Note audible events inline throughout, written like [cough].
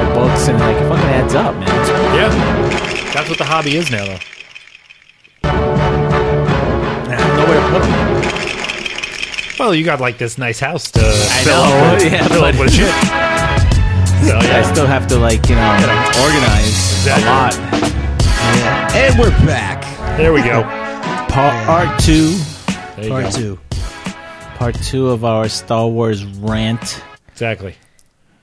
bucks and like it fucking adds up, man. Yeah. That's what the hobby is now, though. Nowhere to put them. Well, you got like this nice house to I fill know, up with, yeah, fill up but- with shit. So I yeah, still have to like you know Yeah. organize a Exactly. lot. Yeah. And we're back. there [laughs] we go. Pa- Part two, There you go. Part two. part two of our Star Wars rant. Exactly.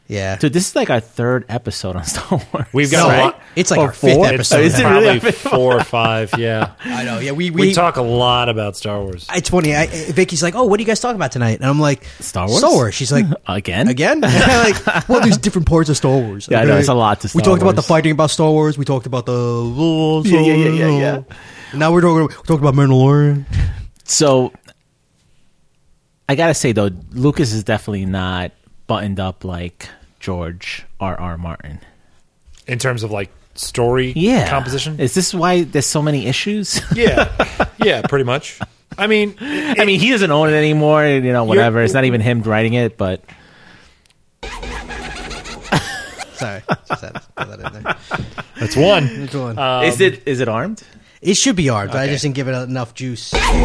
Yeah. Dude, this is like our third episode on [laughs] Star Wars. We've got No, a lot. It's like Or our fifth four? It's episode. Is it now. really probably a [laughs] fifth four or five. Yeah, I know. Yeah, we we, we, talk a lot about Star Wars. It's funny. I, I- Vicky's like, "Oh, what are you guys talking about tonight?" And I'm like, Star Wars? Star Wars. She's like, again. "Again?" [laughs] like, well, there's different parts of Star Wars. Yeah, I know, it's a lot to we Star talked about the Wars. fighting about Star Wars. We talked about the rules. Yeah, yeah, yeah, yeah, yeah. Now we're talking. We talked about Mandalorian. So I gotta say though, Lucas is definitely not buttoned up like George R. R. Martin. in terms of like story Yeah, composition. Is this why there's so many issues? yeah, yeah, pretty much. I mean, [laughs] I mean, he doesn't own it anymore. and, You know, whatever. It's not even him writing it, but Sorry, just had to throw that in there. [laughs] that's one. Good one. Uh, um, is it is it armed? it should be hard, but I just didn't give it enough juice. There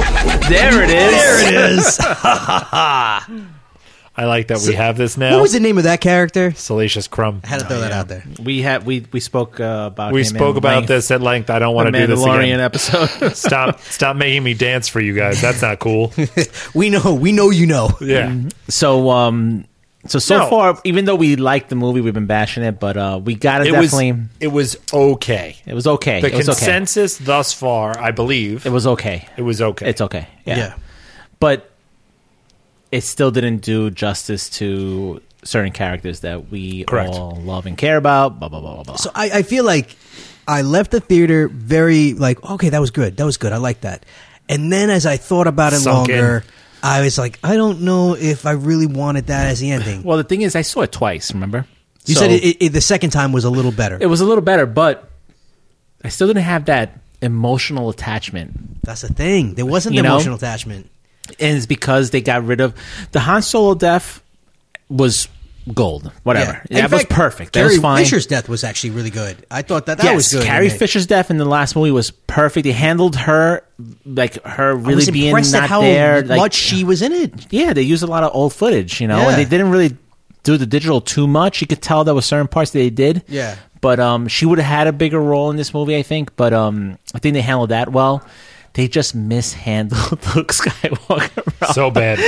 it is. There it is. I like that we have this now. [laughs] what was the name of that character? Oh, Salacious Crumb. I had to throw that out there. We had we we spoke uh, about We him spoke in about length this at length. I don't on want to do this Mandalorian [laughs] again. episode. Stop! Stop making me dance for you guys. That's [laughs] not cool. We know. We know. You know. Yeah. so um so so No. far, even though we liked the movie, we've been bashing it, but uh we gotta It definitely. was. It was okay. it was okay. The it was okay. consensus thus far, I believe, It was okay. it was okay. It's okay. Yeah. But it still didn't do justice to certain characters that we Correct. all love and care about. Blah blah blah blah blah. So I, I feel like I left the theater very like, okay, that was good. That was good. I like that. And then as I thought about it Sunk in. longer, I was like, I don't know if I really wanted that as the ending. well, the thing is, I saw it twice. Remember? you So- said it, it, the second time was a little better. it was a little better, but I still didn't have that emotional attachment. That's the thing. There wasn't the You know? emotional attachment. And it's because they got rid of the Han Solo death was gold. Whatever. Yeah. In That was fact, perfect. That Carrie was fine. Fisher's death was actually really good. I thought that that yes, was good. Carrie in it. Fisher's death in the last movie was perfect. They handled her like her I really was being impressed not at how there. much like- she was in it. yeah, they used a lot of old footage, you know, Yeah. and they didn't really do the digital too much. You could tell there were certain parts that they did. Yeah. But um, she would have had a bigger role in this movie, I think. But um, I think they handled that well. They just mishandled [laughs] Luke Skywalker. bro. [laughs] so bad.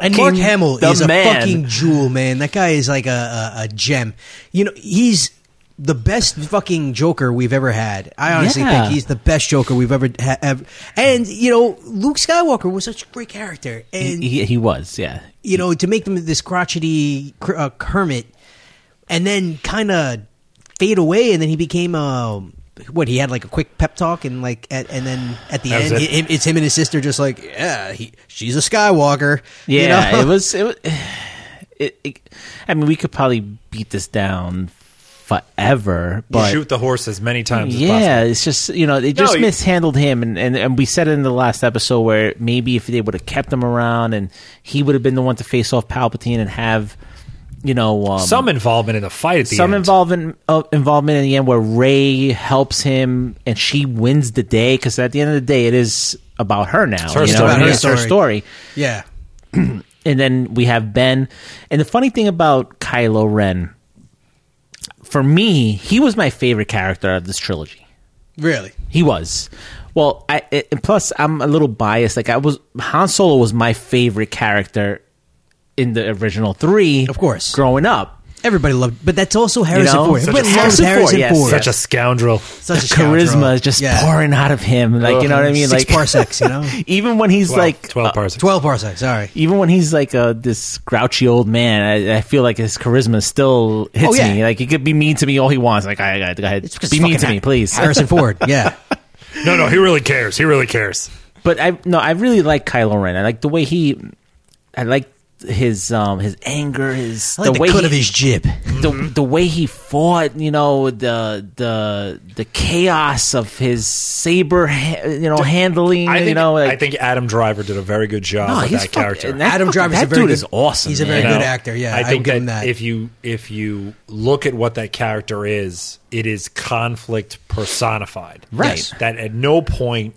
And Mark Fucking Hamill the is a man. fucking jewel, man. That guy is like a, a, a gem. You know, he's the best fucking Joker we've ever had. I honestly Yeah. think he's the best Joker we've ever had. Ever. And you know, Luke Skywalker was such a great character, and he, he was, yeah. you know, to make them this crotchety cr- uh, hermit, and then kind of fade away, and then he became um what he had like a quick pep talk, and like at, and then at the That was end, it. it- it's him and his sister just like yeah, he, she's a Skywalker. you Yeah, know? it was. It, wa- [sighs] it, it. I mean, we could probably beat this down forever, but Shoot the horse as many times as possible. yeah, it's just you know they just you- mishandled him, and, and and we said it in the last episode where maybe if they would have kept him around, and he would have been the one to face off Palpatine and have you know um, Some involvement in the fight at the some end. involvement uh, involvement in the end where Ray helps him and she wins the day because at the end of the day it is about her now. her you know story. what I mean? Her It's her story. story. [laughs] yeah. And then we have Ben. And the funny thing about Kylo Ren, for me, he was my favorite character of this trilogy. Really? He was. Well, I it, and plus I'm a little biased. Like I was Han Solo was my favorite character in the original three, Of course. Growing up, Everybody loved, but that's also Harrison know? Ford. Such Everybody a- loves Harrison Ford, Harrison yes. Ford. Such a scoundrel. Such the [laughs] scoundrel. charisma is just Yeah. Mm, pouring out of him. Like you know what I mean? Six like parsecs, you know, [laughs] even when he's like uh, twelve parts. twelve parsecs. Sorry. even when he's like uh, this grouchy old man, I, I feel like his charisma still hits Oh, yeah. me. Like he could be mean to me all he wants. Like I, I, I It's because be mean fucking to me, please. Harrison Ford. [laughs] Yeah. no, no, he really cares. He really cares. but I no, I really like Kylo Ren. I like the way he, I like his um his anger, his I like the, way cut he, of his jib. the, Mm-hmm. the way he fought, you know, the the the chaos of his saber, ha- you know, handling, I think, you know, like, I think Adam Driver did a very good job No, with he's that fucking- character. and that Adam fucking- Driver's a that very dude good- is awesome. he's a man. very you good know? actor, yeah, I I'll think give that, him that. if you if you look at what that character is, it is conflict personified. Right. Yes. That at no point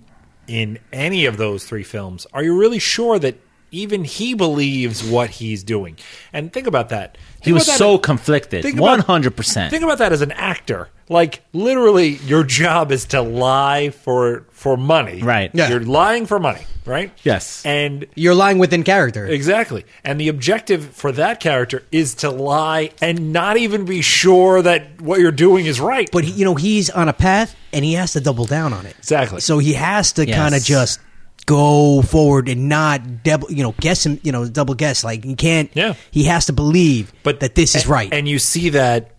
in any of those three films are you really sure that even he believes what he's doing. And think about that. He was Think about so that- conflicted, think one about- hundred percent. Think about that as an actor. Like literally, your job is to lie for for money. Right. Yeah. You're lying for money. Right. Yes. And You're lying within character. Exactly. And the objective for that character is to lie and not even be sure that what you're doing is right. but he, you know he's on a path and he has to double down on it Exactly. so he has to Yes. kind of just go forward and not double you know guess him you know double guess like he can't Yeah. he has to believe but that this is and- right And you see that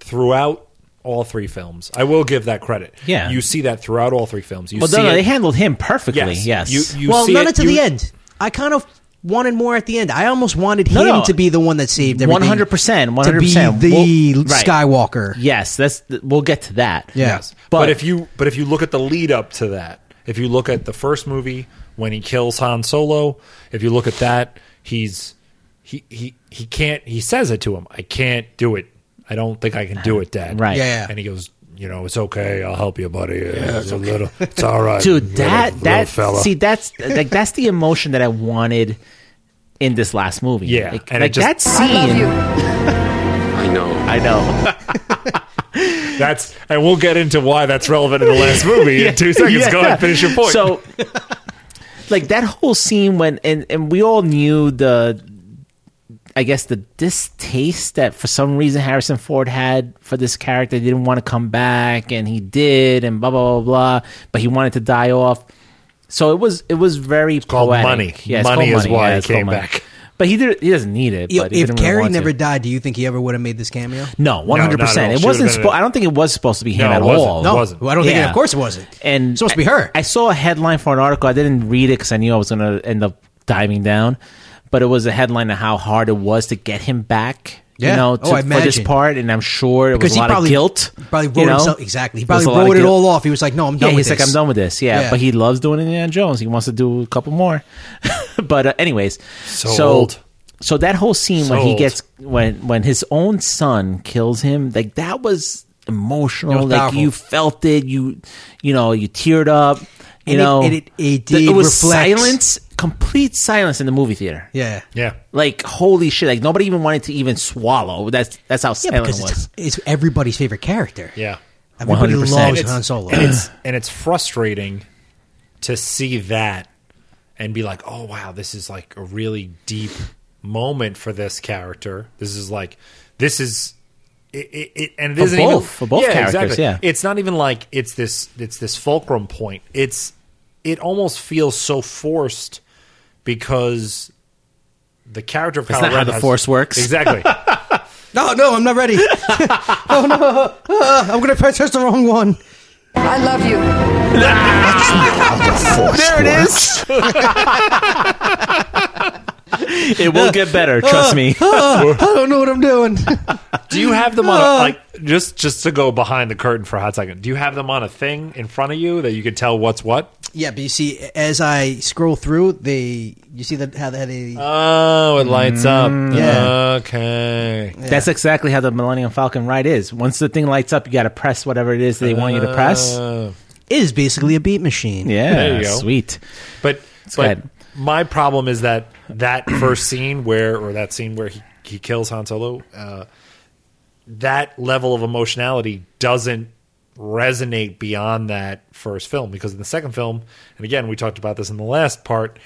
throughout all three films. I will give that credit. Yeah. You see that throughout all three films. You well, see no, no, it- they handled him perfectly. Yes. Yes, You- you- well see not it, until you- the end i kind of wanted more at the end i almost wanted No, him no. to be the one that saved everything 100%, to 100%. be the Well, right. skywalker yes. That's we'll get to that. Yeah. Yes. But- But, if you but if you look at the lead up to that, if you look at the first movie when he kills Han Solo, if you look at that, he's he he he can't he says it to him. I can't do it. I don't think I can do it, Dad. Right. Yeah, yeah. And he goes, you know, it's okay. I'll help you, buddy. it's a little. It's all right, dude. That little- that little fella." see that's like that's the emotion that I wanted in this last movie. Yeah, like, and like it just- that scene. I love you. I know. I know. that's and we'll get into why that's relevant in the [laughs] last movie in [laughs] two seconds. Go ahead, finish your point. So, like that whole scene when and and we all knew the, I guess the distaste that for some reason Harrison Ford had for this character He didn't want to come back, and he did, and blah blah blah blah. But he wanted to die off. So it was it was very called poetic. money. Yeah, it's Money called is why he it's called came money. back. But he did, he doesn't need it. Yo, but he if didn't really Carrie want to. never died, do you think he ever would have made this cameo? no, one hundred No, not at all. percent. It She wasn't. would've been Spo- a- I don't think it was supposed to be him No, it at wasn't. all. It No, wasn't. Well, I don't think. It, Yeah. of course, it wasn't. and it's supposed to be I- her. I, saw a headline for an article. I didn't read it because I knew I was going to end up diving down, but it was a headline of how hard it was to get him back. Yeah. You know, to, Oh, I for this imagine. part, and I'm sure it was a lot of guilt. Probably you wrote know? himself exactly. He There was probably a lot of wrote it guilt. all off. He was like, "No, I'm Yeah, done." he's with like, this. I'm done with this. Yeah, Yeah. but he loves doing Indiana Jones. He wants to do a couple more. [laughs] but uh, anyways, so old. So that whole scene So when he old. gets when when his own son kills him, like that was emotional. It was like powerful. you felt it. You you know you teared up. You And it- know and it- it The- did was reflect- silence, complete silence in the movie theater. Yeah. yeah, Like holy shit! Like nobody even wanted to even swallow. That's that's how Yeah, silent it because was. [laughs] it's, it's everybody's favorite character. yeah. Everybody 100%. loves Oh, It's- Han Solo. and it's and it's frustrating to see that and be like, oh wow, this is like a really deep moment for this character. This is like, this is. It, it, it, and it For isn't even both- for both characters, yeah. it's not even like it's this it's this fulcrum point. It's it almost feels so forced because the character of That's Kylo not how Ren the has- Force works. exactly. [laughs] no, no, I'm not ready. [laughs] oh no, uh, I'm gonna press the wrong one. I love [laughs] you. There it is. it will get better. [laughs] Trust me. I don't know what I'm doing. Do you have them on a, like just just to go behind the curtain for a hot second? Do you have them on a thing in front of you that you can tell what's what? [laughs] yeah, but you see, as I scroll through, they you see that how they had a Oh, it lights up. yeah. Okay. That's exactly how the Millennium Falcon ride is. Once the thing lights up, you got to press whatever it is they want you to press. Uh, it is basically a beat machine. Yeah, there you go. sweet. but go but ahead. my problem is that that [clears throat] first scene where or that scene where he he kills Han Solo, uh, that level of emotionality doesn't resonate beyond that first film because in the second film, and again we talked about this in the last part.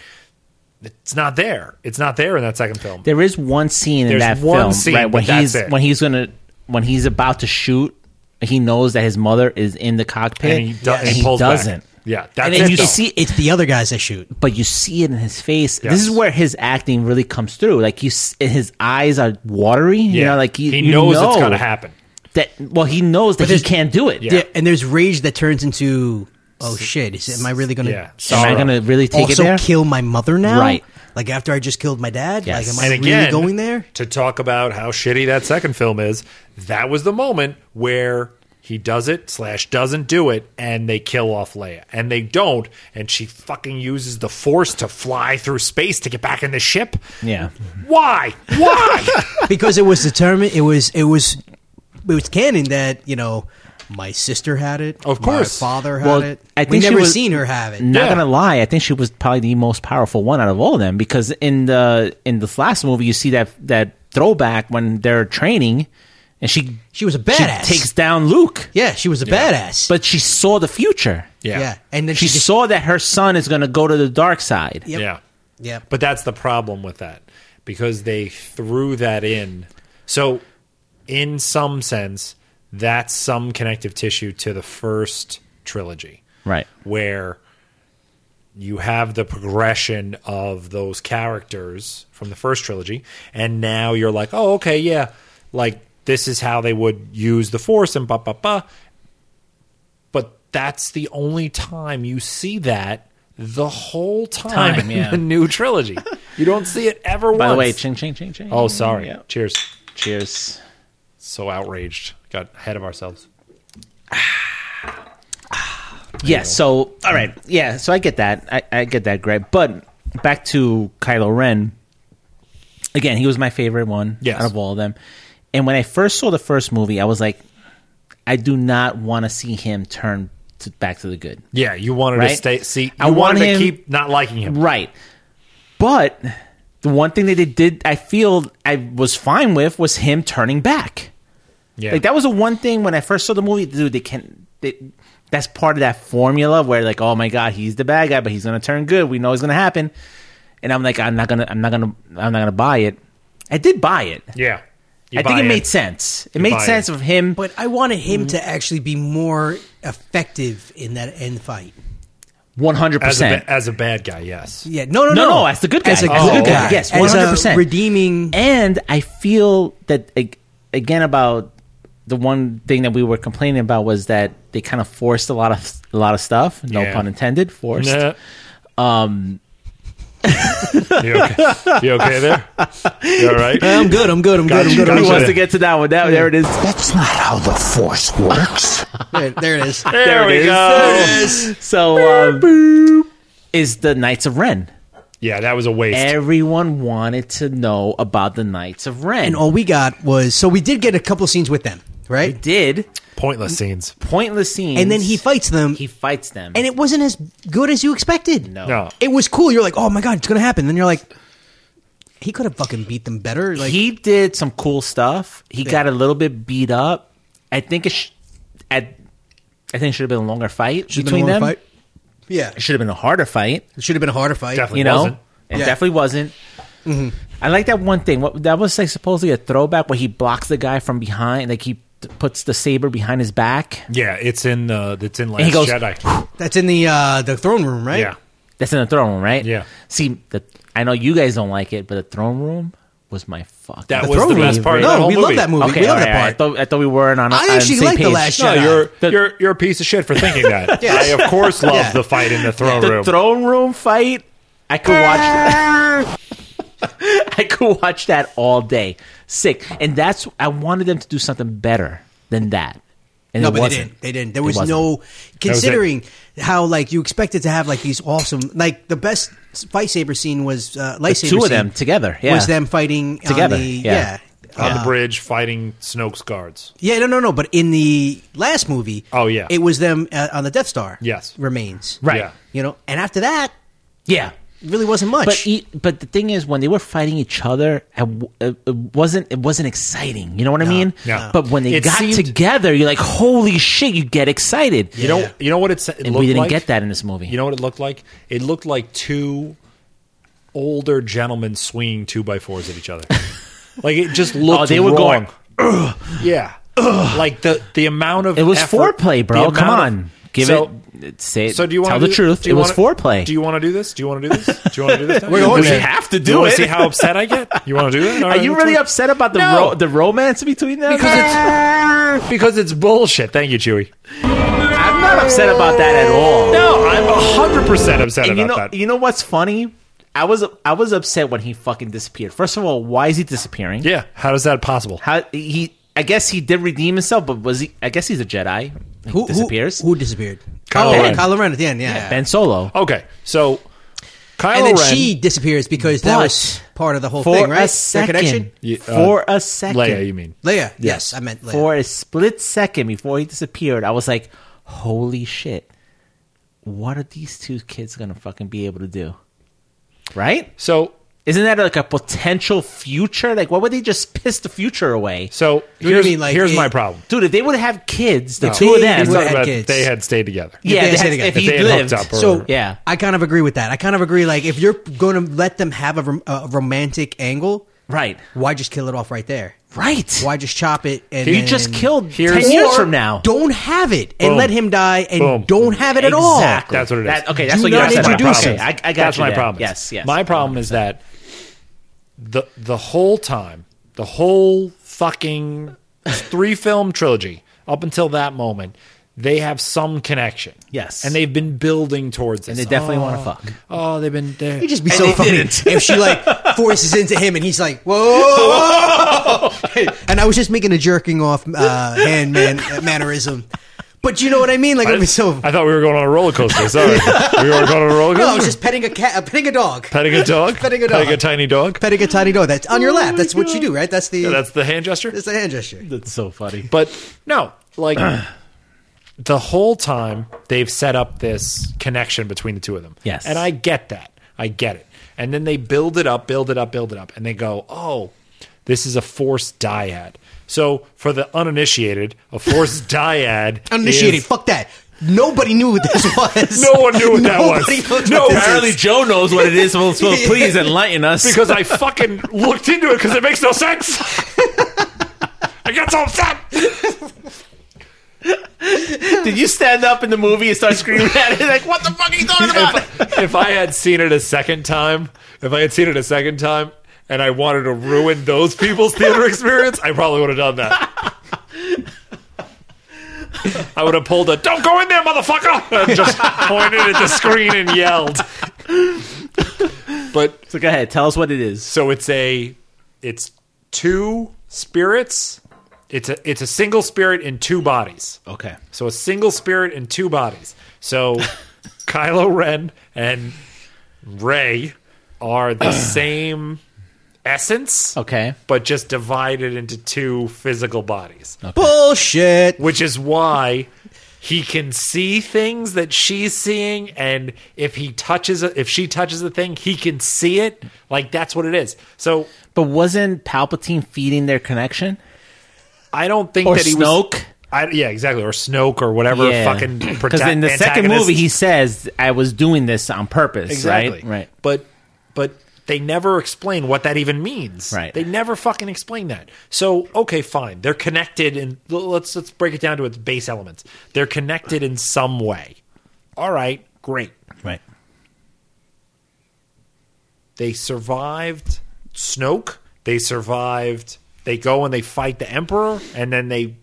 It's not there. It's not there in that second film. There is one scene in There's that one film scene, right, when but that's he's it. when he's gonna when he's about to shoot. He knows that his mother is in the cockpit, and he, do- and he pulls back. doesn't. Yeah, that's And, it, you though. see It's the other guys that shoot. but you see it in his face. This is Yes. where his acting really comes through. Like you, s- his eyes are watery. You know, like you, he you knows know it's gonna happen. That well, he knows that he there's- can't do it. Yeah. and there's rage that turns into oh shit, is, am I really going to Yeah. Am I Sorrow. going to really take it also there? kill my mother now? Right. Like after I just killed my dad? Yes. Like am I and again, really going there? to talk about how shitty that second film is. That was the moment where he does it slash doesn't do it, and they kill off Leia, and they don't, and she fucking uses the Force to fly through space to get back in the ship. yeah. Why? [laughs] Why? because it was determined it was it was it was canon that, you know, my sister had it. Of my course. father had Well, it. I we think she never was- seen her have it. Not Yeah. gonna lie, I think she was probably the most powerful one out of all of them because in the in this last movie you see that that throwback when they're training, and she She was a she badass. takes down Luke, yeah, she was a badass. but she saw the future. yeah. And then She she, just, saw that her son is gonna go to the dark side. Yep. Yeah. Yep. But that's the problem with that because they threw that in. So, in some sense, that's some connective tissue to the first trilogy. Right. Where you have the progression of those characters from the first trilogy, and now you're like, oh, okay, yeah, like this is how they would use the Force and ba ba ba. But that's the only time you see that the whole time, Time, in yeah. the new trilogy. You don't see it ever once. By the way, ching ching ching ching. oh, sorry. Yeah. Cheers. Cheers. So outraged. Got ahead of ourselves. Yeah. So all right. Yeah. So I get that. I, I get that, Greg. But back to Kylo Ren. Again, he was my favorite one Yes. out of all of them. And when I first saw the first movie, I was like, I do not want to see him turn to, back to the good. Yeah, you wanted to Right? stay. See, you I want wanted to him- keep not liking him. Right. But the one thing that they did, I feel I was fine with, was him turning back. Yeah, Like that was the one thing when I first saw the movie, dude. They can. They, that's part of that formula where like, oh my god, he's the bad guy, but he's gonna turn good. We know it's gonna happen. And I'm like, I'm not gonna, I'm not gonna, I'm not gonna buy it. I did buy it. yeah. You I think buy it in. made sense. It made buy sense in. of him. but I wanted him Mm-hmm. to actually be more effective in that end fight. One hundred as a, percent. ba- as a bad guy. Yes. Yeah, no, no, No, no, no, as the good guy. as a As the good good guy, guy. Yes, As a 100%. redeeming. And I feel that ag- again about the one thing that we were complaining about was that they kind of forced a lot of a lot of stuff. No Yeah. pun intended. Forced. Nah. Um, you, okay? you okay there? You all right? I'm good. I'm good. I'm good. I'm Gotcha, good. I'm Who gotcha. wants to get to that one? That, There it is. That's not how the Force works. [laughs] good. There, there it is. There, it we is. go. So um, is the Knights of Ren. Yeah, that was a waste. Everyone wanted to know about the Knights of Ren. And oh, all we got was so we did get a couple scenes with them, he right? did Pointless scenes. pointless scenes, And then he fights them, he fights them, and it wasn't as good as you expected. no, No. it was cool. You're like, oh my god, it's gonna happen. Then you're like, he could have fucking beat them better. Like, he did some cool stuff. He got a little bit beat up. I think it sh- at I think it should have been a longer fight should've between been a longer them. fight. yeah, It should have been a harder fight. it should have been a harder fight. Definitely. you know wasn't. it Yeah. Mm-hmm. definitely wasn't i like that one thing what that was like supposedly a throwback where he blocks the guy from behind like he t- puts the saber behind his back Yeah, it's in the it's in Last he goes, Jedi. That's in the uh the throne room, right? yeah. that's in the throne room right Yeah. see the, i know you guys don't like it but the throne room was my fuck That The was throne the best room. part No, of the whole we love movie. that movie. okay we love all that right, all right. part. I, thought, I thought we were on I on the actually same like The page. Last No, Jedi. you're The- you're you're a piece of shit for thinking [laughs] that. Yes. I of course love Yeah. the fight in the throne the room. throne room fight i could watch [laughs] i could watch that all day sick and that's i wanted them to do something better than that and No, it but wasn't. they didn't. They didn't. There It was wasn't. no was it. considering how like you expected to have like these awesome like the best fight saber scene was uh, lightsaber. two of scene them together, yeah. was them fighting Together, On the, yeah. yeah. on Uh, the bridge fighting Snoke's guards. yeah, no, no, no. But in the last movie, Oh, yeah. it was them uh, on the Death Star. Yes. remains. Right. Yeah. You know, and after that, yeah it really wasn't much. But e- but the thing is, when they were fighting each other, I w- it it wasn't it wasn't exciting. You know what I mean? no. But when they It got seemed- together, you're like, holy shit! You get excited. You know you know what it's it and looked we didn't like? get that in this movie. You know what it looked like? It looked like two older gentlemen swinging two by fours at each [laughs] other. like it just looked. Oh, they were wrong. going, Yeah. Like the the amount of it was effort- foreplay, bro. the Come amount on, of- give so, it. Say it. So do you want tell to the truth? It was foreplay. Do you want to do this? Do you want to do this? Do you want [laughs] to do this? We're going We there. have to do you wanna it. See [laughs] how upset I get? You want to do that? All Are right, you let's really do it. upset about the No. ro- the romance between them? [laughs] Because it's because it's bullshit. Thank you, Chewy. I'm not upset about that at all. No, I'm hundred percent upset And about you know, that. you know what's funny? I was I was upset when he fucking disappeared. First of all, why is he disappearing? yeah, how is that possible? How he? I guess he did redeem himself, but was he? I guess he's a Jedi. He Who disappears. Who, disappeared? Kylo oh, Ren. Kylo Ren at the end. Yeah, Ben Solo. Okay, so Kylo and then Ren, she disappears because that But was part of the whole For thing, right? a Their second. connection. Yeah, uh, for a second. Leia, you mean? Leia. Yes, I meant Leia. For a split second before he disappeared, I was like, "Holy shit! What are these two kids gonna fucking be able to do?" Right? So, Isn't that like a potential future? Like, why would they just piss the future away? so do you here's mean, like, here's it- my problem. Dude, if they would have kids, the two of They them, would Talking had about kids. they had stayed together. yeah, they they stayed had- together. if If he they had hooked lived, up or- So Yeah. I kind of agree with that. I kind of agree. Like if you're going to let them have a, rom- a romantic angle, right, why just kill it off right there? right. Why just chop it and you then- just killed Here's- ten years Or from [laughs] now? Don't have it and Boom. let him die and Boom. don't have it at all. Exactly. That's what it is. That- okay, that's Do what you not said. my introduce problem. Okay, I, I got That's you my there. problem. Yes, yes. My problem is that the the whole time, the whole fucking three film trilogy up until that moment, they have some connection. Yes. and they've been building towards and this. they definitely want to fuck. Oh, they've been there. It'd just be And so they funny didn't. if [laughs] she like forces into him and he's like, "Whoa!" and I was just making a jerking off uh, hand man mannerism, but you know what I mean? Like, it'd be so. I thought we were going on a roller [laughs] coaster. Sorry, we were going on a roller coaster. No, I was just petting a cat, uh, petting a dog, petting a dog, Petting a dog. tiny dog. petting a tiny dog. That's on your lap. That's what you do, right? That's the That's the hand gesture. that's the hand gesture. That's so funny. But no, [clears throat] like the whole time they've set up this connection between the two of them. Yes. And I get that. I get it. And then they build it up, build it up, build it up. And they go, oh, this is a forced dyad. So for the uninitiated, a forced [laughs] dyad. Uninitiated. is- Fuck that. Nobody knew what this was. No one knew what [laughs] that was. Nobody knows No, what this apparently is. Joe knows what it is. [laughs] So please enlighten us. [laughs] because I fucking looked into it because it makes [laughs] no sense. I got so upset. Did you stand up in the movie and start screaming at it? Like, what the fuck are you talking about? if, if I had seen it a second time, if I had seen it a second time, and I wanted to ruin those people's theater experience, I probably would have done that. I would have pulled a "Don't go in there, motherfucker!" and just pointed at the screen and yelled. But So go ahead, tell us what it is. so it's a it's two spirits. It's a it's a single spirit in two bodies. Okay. So a single spirit in two bodies. So [laughs] Kylo Ren and Rey [clears throat] are the same essence, Okay. but just divided into two physical bodies, Bullshit. which is why he can see things that she's seeing and if he touches a, if she touches a thing, he can see it. Like that's what it is. So But wasn't Palpatine feeding their connection? I don't think Or that he Snoke? was I, yeah, exactly. Or Snoke, or whatever [laughs] [clears throat] fucking Because in the second antagonist- movie, he says, I was doing this on purpose. Exactly. Right. right. But but they never explain what that even means. Right. They never fucking explain that. So okay, fine. They're connected, and let's let's break it down to its base elements. They're connected in some way. All right, great. Right. They survived Snoke. They survived. They go and they fight the Emperor, and then they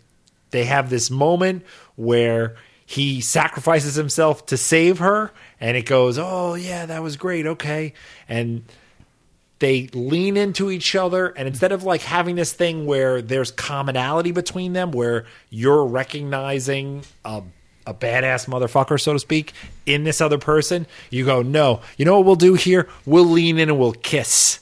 they have this moment where he sacrifices himself to save her, and it goes, "Oh yeah, that was great. Okay," and they lean into each other and instead of like having this thing where there's commonality between them where you're recognizing a, a badass motherfucker so to speak in this other person you go no you know what we'll do here we'll lean in and we'll [laughs] kiss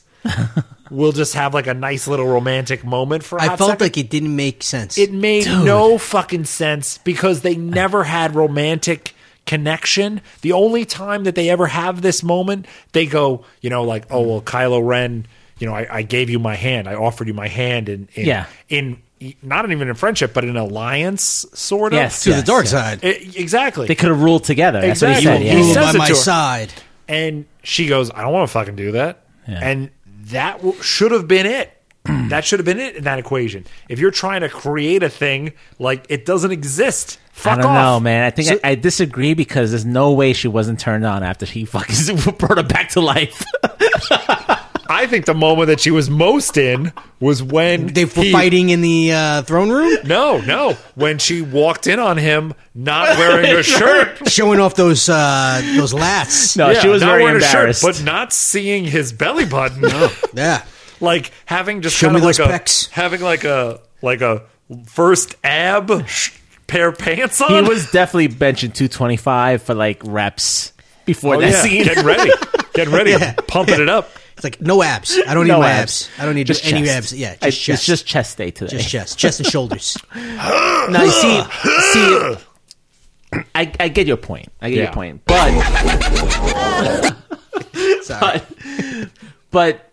we'll just have like a nice little romantic moment for a I hot felt second. like it didn't make sense. It made no fucking sense because they never had romantic connection. The only time that they ever have this moment, they go, you know, like, oh well, Kylo Ren, you know, I, I gave you my hand, I offered you my hand, in, in Yeah. in not even in friendship, but in alliance, sort of. Yes. to the dark yes. side. E- exactly. They could have ruled together. That's what Exactly. he said. You Yeah. will Rule says by it my to her. side. And she goes, I don't want to fucking do that. Yeah. And that w- should have [clears throat] been it. that should have been it in that equation. If you're trying to create a thing, like it doesn't exist. Fuck I don't off. know, man. I think I, I disagree because [laughs] there's no way she wasn't turned on after he fucking brought her back to life. I think the moment that she was most in was when They were he- fighting in the uh, throne room, No, no. When she walked in on him [laughs] not wearing a shirt. showing off those uh, those [laughs] [laughs] lats. No, Uh, she was not very wearing a embarrassed. shirt, but not seeing his belly button. [laughs] Yeah, like having just Show kind me of like those a, pecs. having like a like a first ab sh- pair of pants [laughs] he [laughs] on. was definitely benching 225 for like reps before oh, that yeah. [laughs] scene. getting ready, [laughs] getting ready, pumping it up. it's like no abs. I don't need No my abs. abs. I don't need Just any chest. abs. Yeah, I- just chest. It's just chest day today. [laughs] just chest, chest and shoulders. Now, you [sighs] see, see, I, I get your point. I get your Yeah. point, but Sorry. but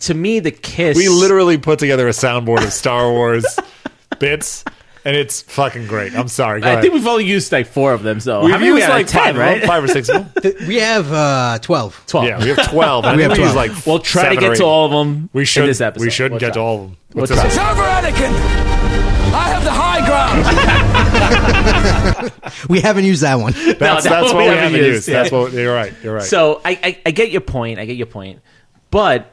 to me, the kiss. We literally put together a soundboard of Star Wars [laughs] bits, and it's fucking great. I'm sorry. Go I ahead. think we've only used like four of them. So We've How many we used got? like ten, five, of them, right? five or six. Of them. [laughs] we have uh, twelve. Twelve. Yeah, we [laughs] have twelve. and I We have think used 12. Like We'll try to seven or get to eight. all of them. We should. In this episode. We should We'll get to try. all of them. We'll What's this try. one? Over Anakin! I have the high ground! We haven't used that one. That's, that that's one what we we haven't haven't used, used. yeah. That's what you're right. You're right. So I, I, I get your point. I get your point, but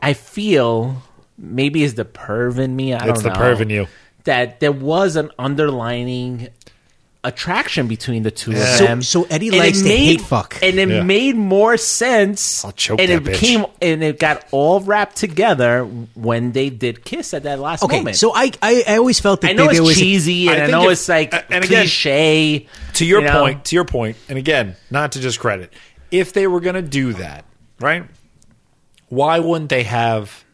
I feel maybe it's the perv in me. I don't know. It's the perv in you. That there was an underlining attraction between the two of So- them. so Eddie And it likes to hate fuck. and it Yeah. made more sense. I'll choke and that it bitch. became and it got all wrapped together when they did kiss at that last Okay, moment. so I, I I always felt that I know there it's was cheesy, I and I, think know if- it's like a- and again, cliche. to your you know? point, to your point, and again, not to discredit, if they were going to do that, right? Why wouldn't they have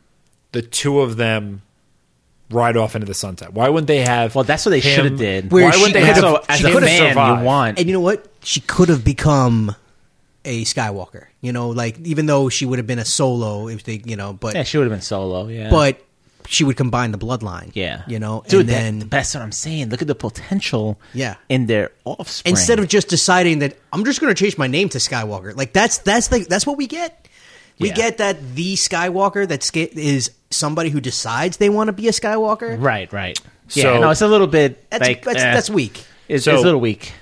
the two of them ride off into the sunset? Why wouldn't they have? Well, that's what they him- should have did. Where why she wouldn't they could've- have? So, as she a could've fan, survived. you want and you know what? She could have become a Skywalker. You know, like even though she would have been a solo if they, you know, but Yeah, she would have been solo. Yeah, but she would combine the bloodline. yeah, you know, dude, and that- then that's what I'm saying. Look at the potential. Yeah. in their offspring. instead of just deciding that I'm just going to change my name to Skywalker. Like that's that's the, that's what we get. We Yeah. get that the Skywalker that ska- is somebody who decides they want to be a Skywalker. right, right. Yeah, So- no, it's a little bit That's like that's, eh, that's weak. It's, So- it's a little weak.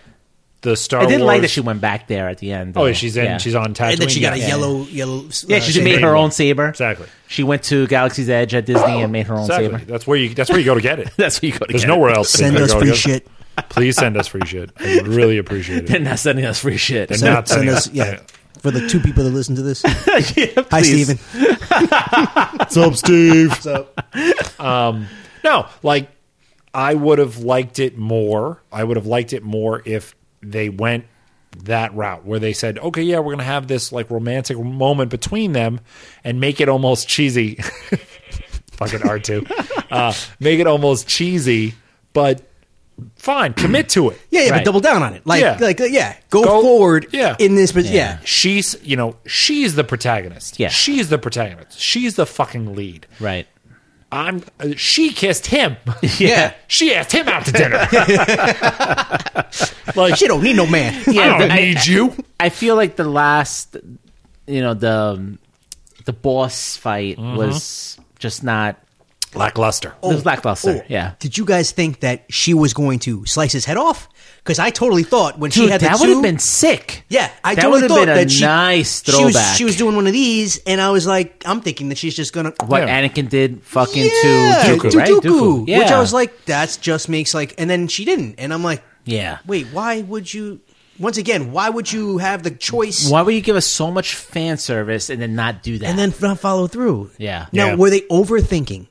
the Star I didn't Wars. like that she went back there at the end. oh, though. she's in. Yeah. She's on Tatooine. And then she got yeah. a yellow yellow. uh, Yeah, she shade. made her Saber. own saber. Exactly. She went to Galaxy's Edge at Disney and made her own Exactly. saber. [laughs] That's where you. That's where you go to get it. That's what you go to. [laughs] There's get. nowhere else. that send you us go to free get it. shit. Please send us free shit. I would really [laughs] appreciate They're it. not sending us free shit. [laughs] They're So- Send, Not send sending us us- yeah. For the two people that listen to this, yeah, hi please. [laughs] Steven. What's up, Steve? What's up? Um, no, like I would have liked it more. I would have liked it more if they went that route where they said, "Okay, yeah, we're gonna have this like romantic moment between them, and make it almost cheesy." [laughs] Fucking R two, [laughs] uh, make it almost cheesy, but fine, commit to it. Yeah, yeah, Right. but double down on it. Like, Yeah. like, uh, yeah, go, Go- forward. yeah. in this, but yeah. She's, you know, she's the protagonist. Yeah. she's the protagonist. She's the fucking lead. Right. I'm. Uh, she [laughs] kissed him. Yeah. she asked him out to [laughs] dinner. like she don't need no man. I don't but I- need you. I feel like the last, you know, the the boss fight Mm-hmm. was just not. Lackluster. It was lackluster. Oh, yeah. Did you guys think that she was going to slice his head off? Because I totally thought when she Dude, had the that would two, have been sick. yeah, I that totally would thought have been a that she, nice she was- She throwback. was, doing one of these, and I was like, I'm thinking that she's just gonna what Yeah. Anakin did fucking yeah, to Dooku, to right? Dooku, Yeah. which I was like, that's just makes like, and then she didn't, and I'm like, yeah. wait, why would you? Once again, why would you have the choice Why would you give us so much fan service and then not do that? and then not follow through? Yeah. Now, Yeah. were they overthinking?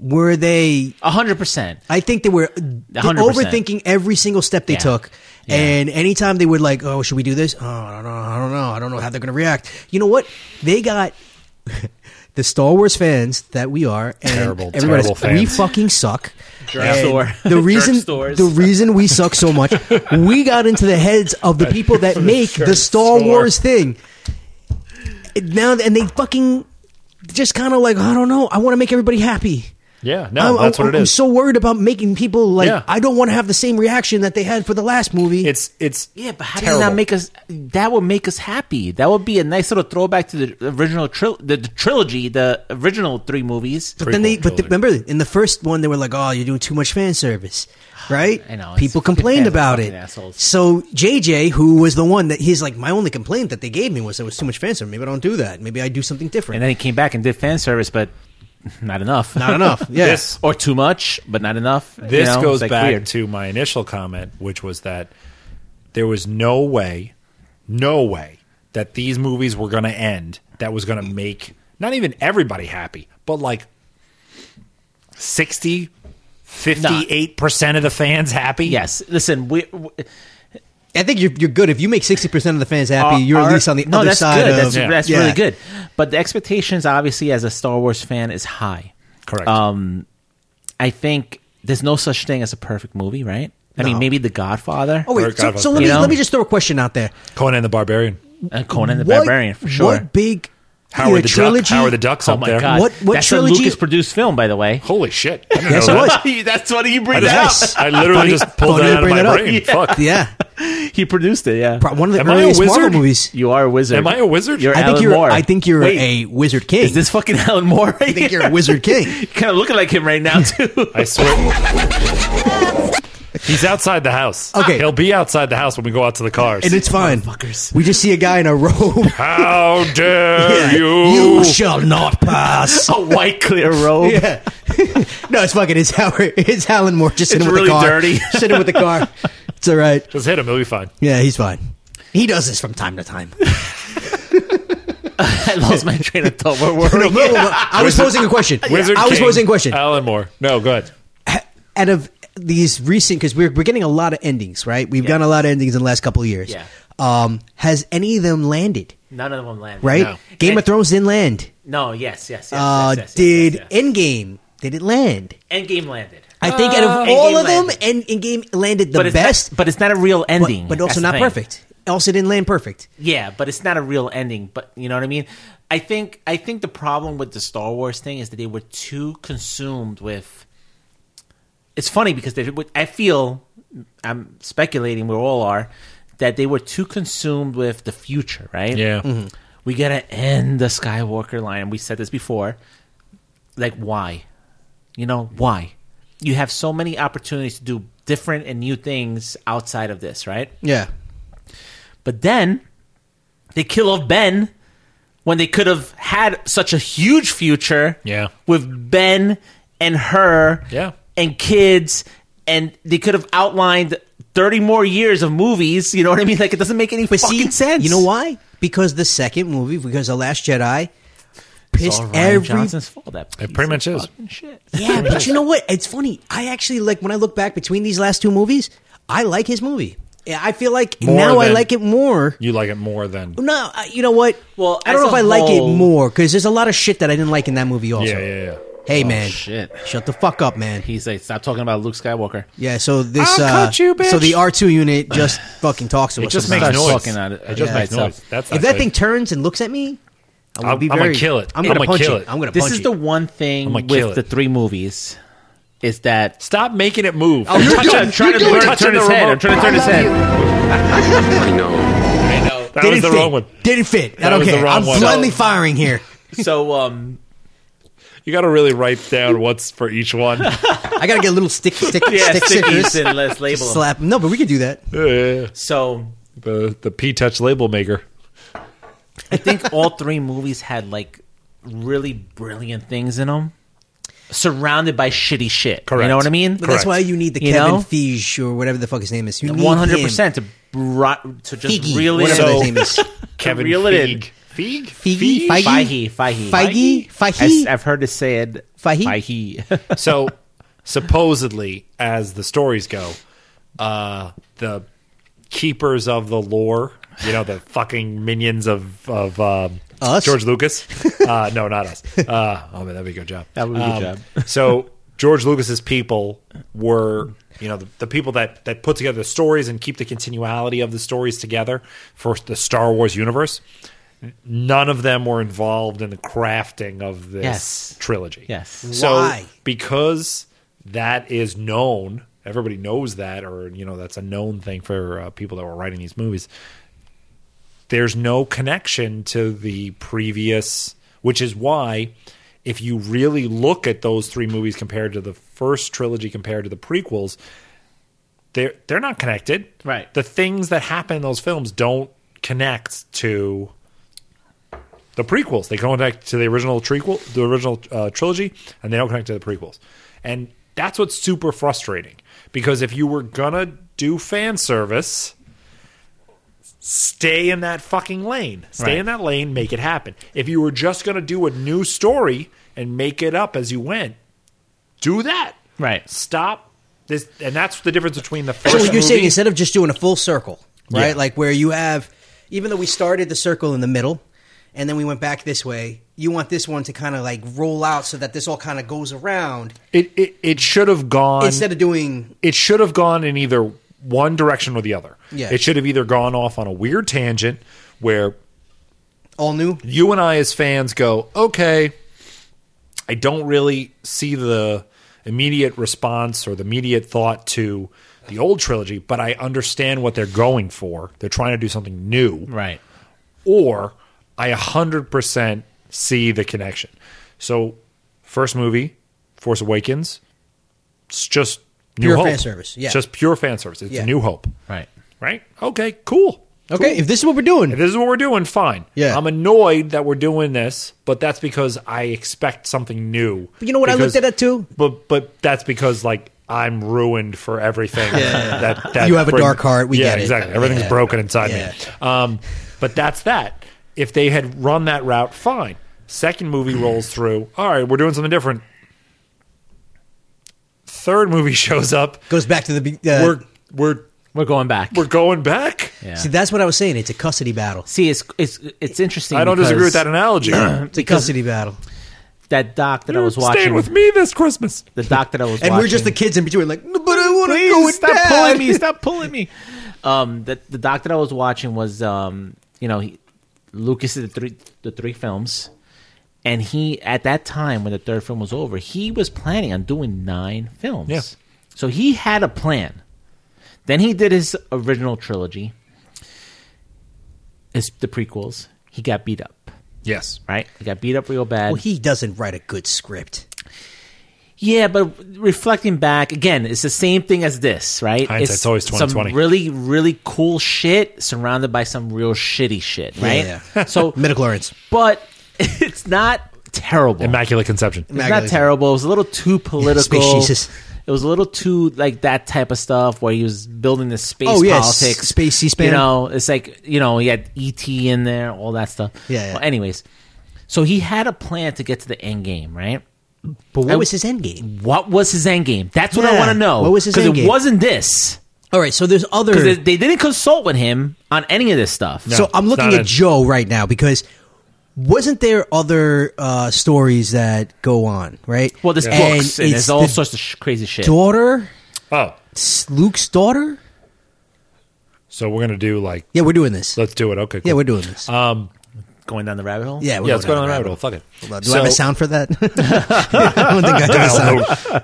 Were they hundred percent. I think they were they 100%. overthinking every single step they Yeah. took. And anytime they would like, oh, should we do this? Oh, I don't know. I don't know. I don't know how they're going to react. You know what? They got [laughs] the Star Wars fans that we are, and Terrible, everybody's- terrible We fans. [laughs] fucking suck. And store. [laughs] The Jerk reason stores. the reason we suck [laughs] so much, we got into the heads of the people that make the Star store. Wars thing. Now and they fucking just kind of like I don't know. I want to make everybody happy. Yeah, no, Oh, that's what it I'm is. so worried about making people like Yeah. I don't want to have the same reaction that they had for the last movie. it's it's Yeah, but how terrible. do you not make us? That would make us happy. That would be a nice little throwback to the original tril the, the trilogy, the original three movies. But then they, prequel but the, trilogy. remember, in the first one, they were like, "Oh, you're doing too much fan service," right? I know, it's People fucking complained fans are about fucking it. assholes. So JJ, who was the one that he's like, my only complaint that they gave me was there was too much fan service. Maybe I don't do that. Maybe I do something different. And then he came back and did fan service, but [laughs] not enough. Not [laughs] enough. Yeah. This- or too much, but not enough. you this know? goes It's, like, back weird. to my initial comment, which was that there was no way, no way that these movies were going to end that was going to make not even everybody happy, but like 60, 58% of the fans happy. yes. Listen, we. we I think you're, you're good if you make sixty percent of the fans happy. you're Uh, our- at least on the no, other that's side good. of that's Yeah. that's Yeah. really good. But the expectations, obviously, as a Star Wars fan, is high. Correct. Um, I think there's no such thing as a perfect movie, right? I mean, No. maybe The Godfather. Oh Or wait, so, Godfather. so let me You know? let me just throw a question out there. Conan the Barbarian. and Conan the What- Barbarian for sure. What big Howard the Duck. trilogy? Howard the Duck's oh up my there. god! What- what That's trilogy- a Lucas-produced film, by the [laughs] way. Holy shit. I didn't Yes, know it that. was. That's funny you [laughs] bring I, just- I literally just pulled Funny that you out of bring my that up. brain. Fuck. Yeah, He produced it. Yeah, Pro- one of the Am I a earliest Marvel wizard? movies. you are a wizard. Am I a wizard? You're I think Alan you're. Moore. I think you're Wait, a wizard king. Is this fucking Alan Moore? Right I think you're [laughs] a wizard king. kind of looking like him right now [laughs] too. I swear. He's outside the house. Okay. He'll be outside the house when we go out to the cars. and it's fine. We just see a guy in a robe. [laughs] How dare you? You shall [laughs] not pass. a white clear robe. yeah. [laughs] no, it's fucking. It's Howard. It's Alan Moore just sitting It's with really the car. dirty. [laughs] sitting with the car. It's all right. Just hit him. He'll be fine. Yeah, he's fine. He does this from time to time. [laughs] I lost my train of thought. Where were [laughs] No, we? no, no, I was posing a question. Wizard I was King, posing a question. Alan Moore. No, go ahead. Out of these recent, because we're, we're getting a lot of endings, right? We've done a lot of endings in the last couple of years. Yeah. Um, has any of them landed? None of them landed. Right? No. Game And- of Thrones didn't land. No. Yes. Yes. Yes. uh, yes, yes, yes, did yes, Endgame? Did it land? yes. Endgame landed? I think out of all Uh, Endgame of them, landed. and Endgame landed the but it's best, Not, but it's not a real but, ending. but also That's the not thing. perfect. Also didn't land perfect. Yeah, but it's not a real ending. But you know what I mean. I think I think the problem with the Star Wars thing is that they were too consumed with. It's funny because they, I feel I'm speculating we all are that they were too consumed with the future, right? Yeah. We gotta end the Skywalker line. We said this before. Like, why? You know, why? You have so many opportunities to do different and new things outside of this, right? Yeah. But then they kill off Ben when they could have had such a huge future Yeah. with Ben and her Yeah. and kids and they could have outlined 30 more years of movies, you know what I mean? Like it doesn't make any But fucking see, sense. you know why? Because the second movie, because the Last Jedi, It's pissed all Ryan every. Johnson's fault. That piece pretty of much is. fucking shit. Yeah, but you know what? It's funny. I actually like when I look back between these last two movies. I like his movie. Yeah, I feel like More now I than- like it more. You like it more than. No, I- you know what? Well, I don't as know if a I like it whole- more because there's a lot of shit that I didn't like in that movie. Also, Yeah, yeah, Oh, yeah. Hey man, shit. Shut the fuck up, man. He's like, stop talking about Luke Skywalker. Yeah, so this I'll uh, cut you, bitch. so the R two [sighs] unit just fucking talks to It us. just makes sometimes. Starts noise. fucking at it. It just Yeah, makes it's up. noise. That's if not that good. thing turns and looks at me, I will I'm- be I'm very. gonna kill it. I'm I'm gonna gonna punch kill it. I'm gonna. This punch is it. the one thing I'm gonna with kill it. the three movies is that Stop making it move. Oh, I'm trying, I'm trying to doing turn, it. turn Touching his the head. remote. I'm trying to turn his head. [laughs] I know. That Didn't was the fit. wrong one. Didn't fit. I That don't was the care. wrong I'm one. blindly So- firing here. [laughs] So, um, You got to really write down what's for each one. [laughs] I gotta get a little stick stick [laughs] yeah, stick stickies stickers. and let's label them. Slap. 'em. No, but we could do that. the So, the P Touch label maker. I [laughs] think all three movies had like really brilliant things in them, surrounded by shitty shit. You Correct. know what I mean? But that's Correct. why you need the You Kevin know? Feige or whatever the fuck his name is. You need One hundred him. percent to bro- to just Feige, reel it whatever So- his in. [laughs] name is. Kevin Reel it in. Feig. Feig? Feige? Feige, Feige? Feige, Feige? Feige? As- I've heard it said Feige? [laughs] Feige. So supposedly, as the stories go, uh, the keepers of the lore, you know, the fucking minions of of um, Us? George Lucas. [laughs] Uh, no, not us. Uh, oh man, that'd be a good job. Um, That would be a good job. [laughs] so George Lucas's people were, you know, the, the people that that put together the stories and keep the continuality of the stories together for the Star Wars universe. none of them were involved in the crafting of this Yes. trilogy. Yes. So Why? because that is known, everybody knows that, or you know, that's a known thing for uh, people that were writing these movies. There's no connection to the previous, which is why, if you really look at those three movies compared to the first trilogy compared to the prequels, they're they're not connected. Right. The things that happen in those films don't connect to the prequels. They don't connect to the original trequel, the original uh, trilogy, and they don't connect to the prequels. And that's what's super frustrating because if you were gonna do fan service, stay in that fucking lane. Stay in that lane, make it happen. If you were just gonna do a new story and make it up as you went, do that. Right. Stop this, and that's the difference between the first. So what you're saying movie- instead of just doing a full circle, right? Yeah. Like where you have, even though we started the circle in the middle, and then we went back this way. You want this one to kind of like roll out so that this all kind of goes around it it, it should have gone instead of doing it should have gone in either one direction or the other. Yeah. It should have either gone off on a weird tangent where all new. you and I as fans go, okay, I don't really see the immediate response or the immediate thought to the old trilogy, but I understand what they're going for. They're trying to do something new Right. or I 100% see the connection. So, first movie, Force Awakens, it's just New Pure Hope. fan service, yeah. It's just pure fan service. It's Yeah. a New Hope, Right. right? Okay, cool. Okay, if this is what we're doing, If this is what we're doing, fine. Yeah. I'm annoyed that we're doing this, but that's because I expect something new. But you know what I Because- looked at that too? But but that's because like I'm ruined for everything. Yeah. That, that You have a bring- dark heart, we yeah, get it. exactly. Everything's Yeah. broken inside Yeah. me. Um, but that's that. If they had run that route, fine. Second movie Hmm. rolls through. All right, we're doing something different. Third movie [laughs] shows up. goes back to the. be- Uh, we're we're We're going back. we're going back. yeah. See, that's what I was saying. It's a custody battle. See, it's it's it's interesting. I don't disagree with because that analogy. [clears throat] It's a custody battle, That doc that I was Staying watching. with me this Christmas. The doc that I was and watching. we're just the kids in between. Like, "No, but I want to Please go with stop Dad." pulling [laughs] me. Stop pulling me. Um, the the doc that I was watching was um, you know, he, Lucas did the three the three films, and he at that time when the third film was over, he was planning on doing nine films. Yeah. So he had a plan. Then he did his original trilogy. His the prequels. He got beat up. Yes. Right, he got beat up real bad. Well, he doesn't write a good script. Yeah, but reflecting back again, it's the same thing as this, right? Hindsight's always Some 20/20. really, really cool shit surrounded by some real shitty shit, right? Yeah, [laughs] yeah. [laughs] So, Midichlorians. but [laughs] it's not terrible. Immaculate Conception. it's not terrible. It was a little too political. Space Jesus. It was a little too like that type of stuff where he was building this space Oh, yeah, politics, s- space C-SPAN. You know, it's like you know he had ET in there, all that stuff. Yeah, yeah. Well, anyways, so he had a plan to get to the end game, right? But what I- was his end game? What was his end game? That's what Yeah. I want to know. What was his Because end it game? wasn't this. All right, so there's other. Because they, they didn't consult with him on any of this stuff. so I'm it's looking not at a- Joe right now because wasn't there other uh, stories that go on right? Well, there's books and it's there's all the sorts of sh- crazy shit. daughter, Oh, it's Luke's daughter. so we're gonna do like Yeah, we're doing this. let's do it. Okay. Cool. Yeah, we're doing this. Uh, Going down the rabbit hole? yeah, we're yeah, let's go down down that the road. rabbit hole. Fuck it. Do I have a sound for that? [laughs] I don't [laughs] think I have a Down sound.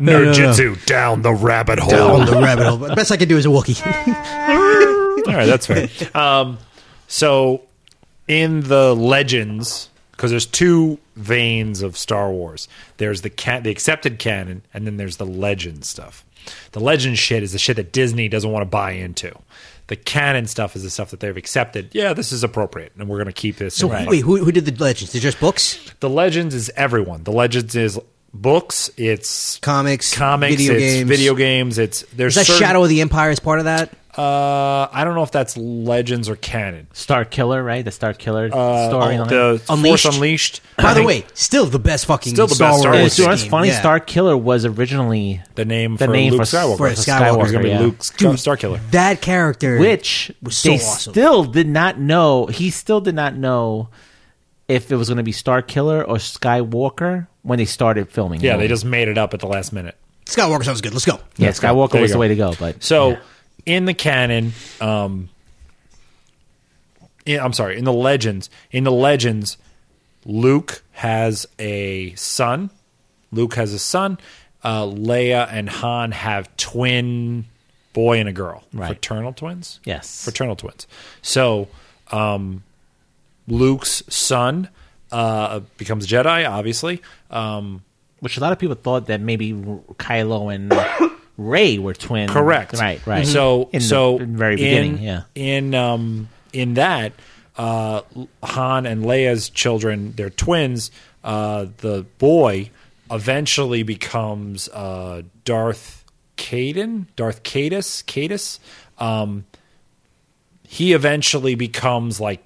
the, Nerdjutsu down the rabbit hole. Down the rabbit hole. Best I can do is a Wookiee. All right, that's fair. [laughs] Um, so in the legends, because there's two veins of Star Wars. There's the ca- the accepted canon, and then there's the legend stuff. The legend shit is the shit that Disney doesn't want to buy into. The canon stuff is the stuff that they've accepted. Yeah, this is appropriate, and we're going to keep this. So in mind. wait, who, who did the legends? They're just books, the legends is everyone. The legends is books. It's comics, comics, video it's games. video games. It's there's Is that certain- Shadow of the Empire is part of that? Uh, I don't know if that's Legends or canon. Star Killer, right? The Star Killer storyline. Uh, oh, The Unleashed? Force Unleashed. By I the think way, still the best fucking Still the Star best Star Yeah, Wars. Wars it's- you know, it's game. funny. Yeah. Star Killer was originally the name the for name Luke for Skywalker for For Skywalker. was Skywalker. going to be yeah. Luke Star Starkiller. That character, which was so they awesome. still did not know. He still did not know if it was going to be Star Killer or Skywalker when they started filming. Yeah, they just made it up at the last minute. Skywalker sounds good. Let's go. yeah. Let's go. There Skywalker you was go. the way to go, but So in the canon, um, in- I'm sorry, in the legends, in the legends, Luke has a son. Luke has a son. Uh, Leia and Han have twin boy and a girl, Right. fraternal twins. Yes. fraternal twins. So, um, Luke's son uh, becomes Jedi, obviously. Um, Which a lot of people thought that maybe Kylo and [coughs] Ray were twins. Correct. Right. Right. So in so the very in- beginning. yeah. In um in that uh Han and Leia's children, they're twins. Uh the boy eventually becomes uh Darth Caden, Darth Cadus, Cadus. Um he eventually becomes like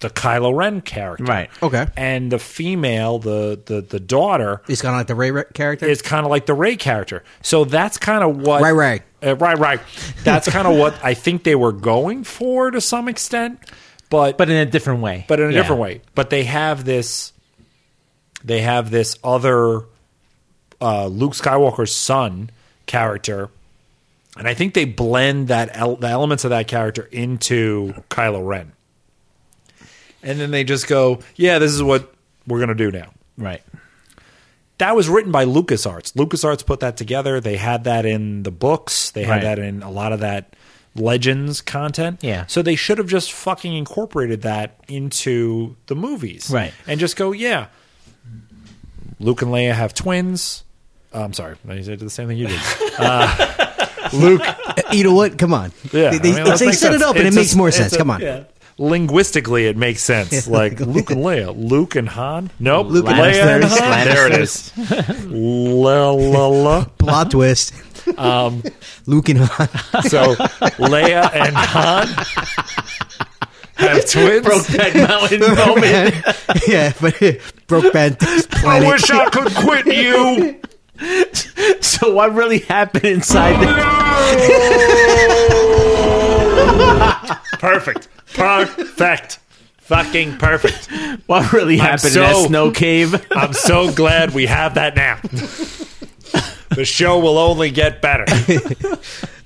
the Kylo Ren character. Right. Okay. And the female, the the the daughter It's kind of like the Ray Ray character. [laughs] is kind of like the Ray character. So that's kind of what Ray Ray. uh, right right. That's kind of what I think they were going for to some extent, but But in a different way. but in a Yeah. different way. But they have this they have this other uh, Luke Skywalker's son character, and I think they blend that el- the elements of that character into Kylo Ren, and then they just go, yeah, this is what we're gonna do now Right. [laughs] that was written by LucasArts. LucasArts put that together. They had that in the books. They Right. had that in a lot of that Legends content. Yeah. So they should have just fucking incorporated that into the movies. Right. And just go, yeah. Luke and Leia have twins. Oh, I'm sorry. I did the same thing [laughs] you did. Luke. Uh, you know what? Come on. Yeah, They, they, I mean, that they set makes sense. it up and It's it a- makes more it's sense. a- Come on. yeah. Linguistically, it makes [laughs] sense. Like Luke and Leia, Luke and Han. Nope, Luke Leia and Lannisters, Han. There it [laughs] is. la la la. [laughs] Plot twist. Um, [laughs] Luke [laughs] and Han. So Leia and Han have twins. Brokeback Mountain [laughs] moment. [laughs] yeah, but [laughs] Brokeback Oh, I Planet. wish I could quit you. So what really happened inside the Perfect. Perfect. Fucking perfect. what really happened in so- that snow cave? [laughs] I'm so glad we have that now. the show will only get better.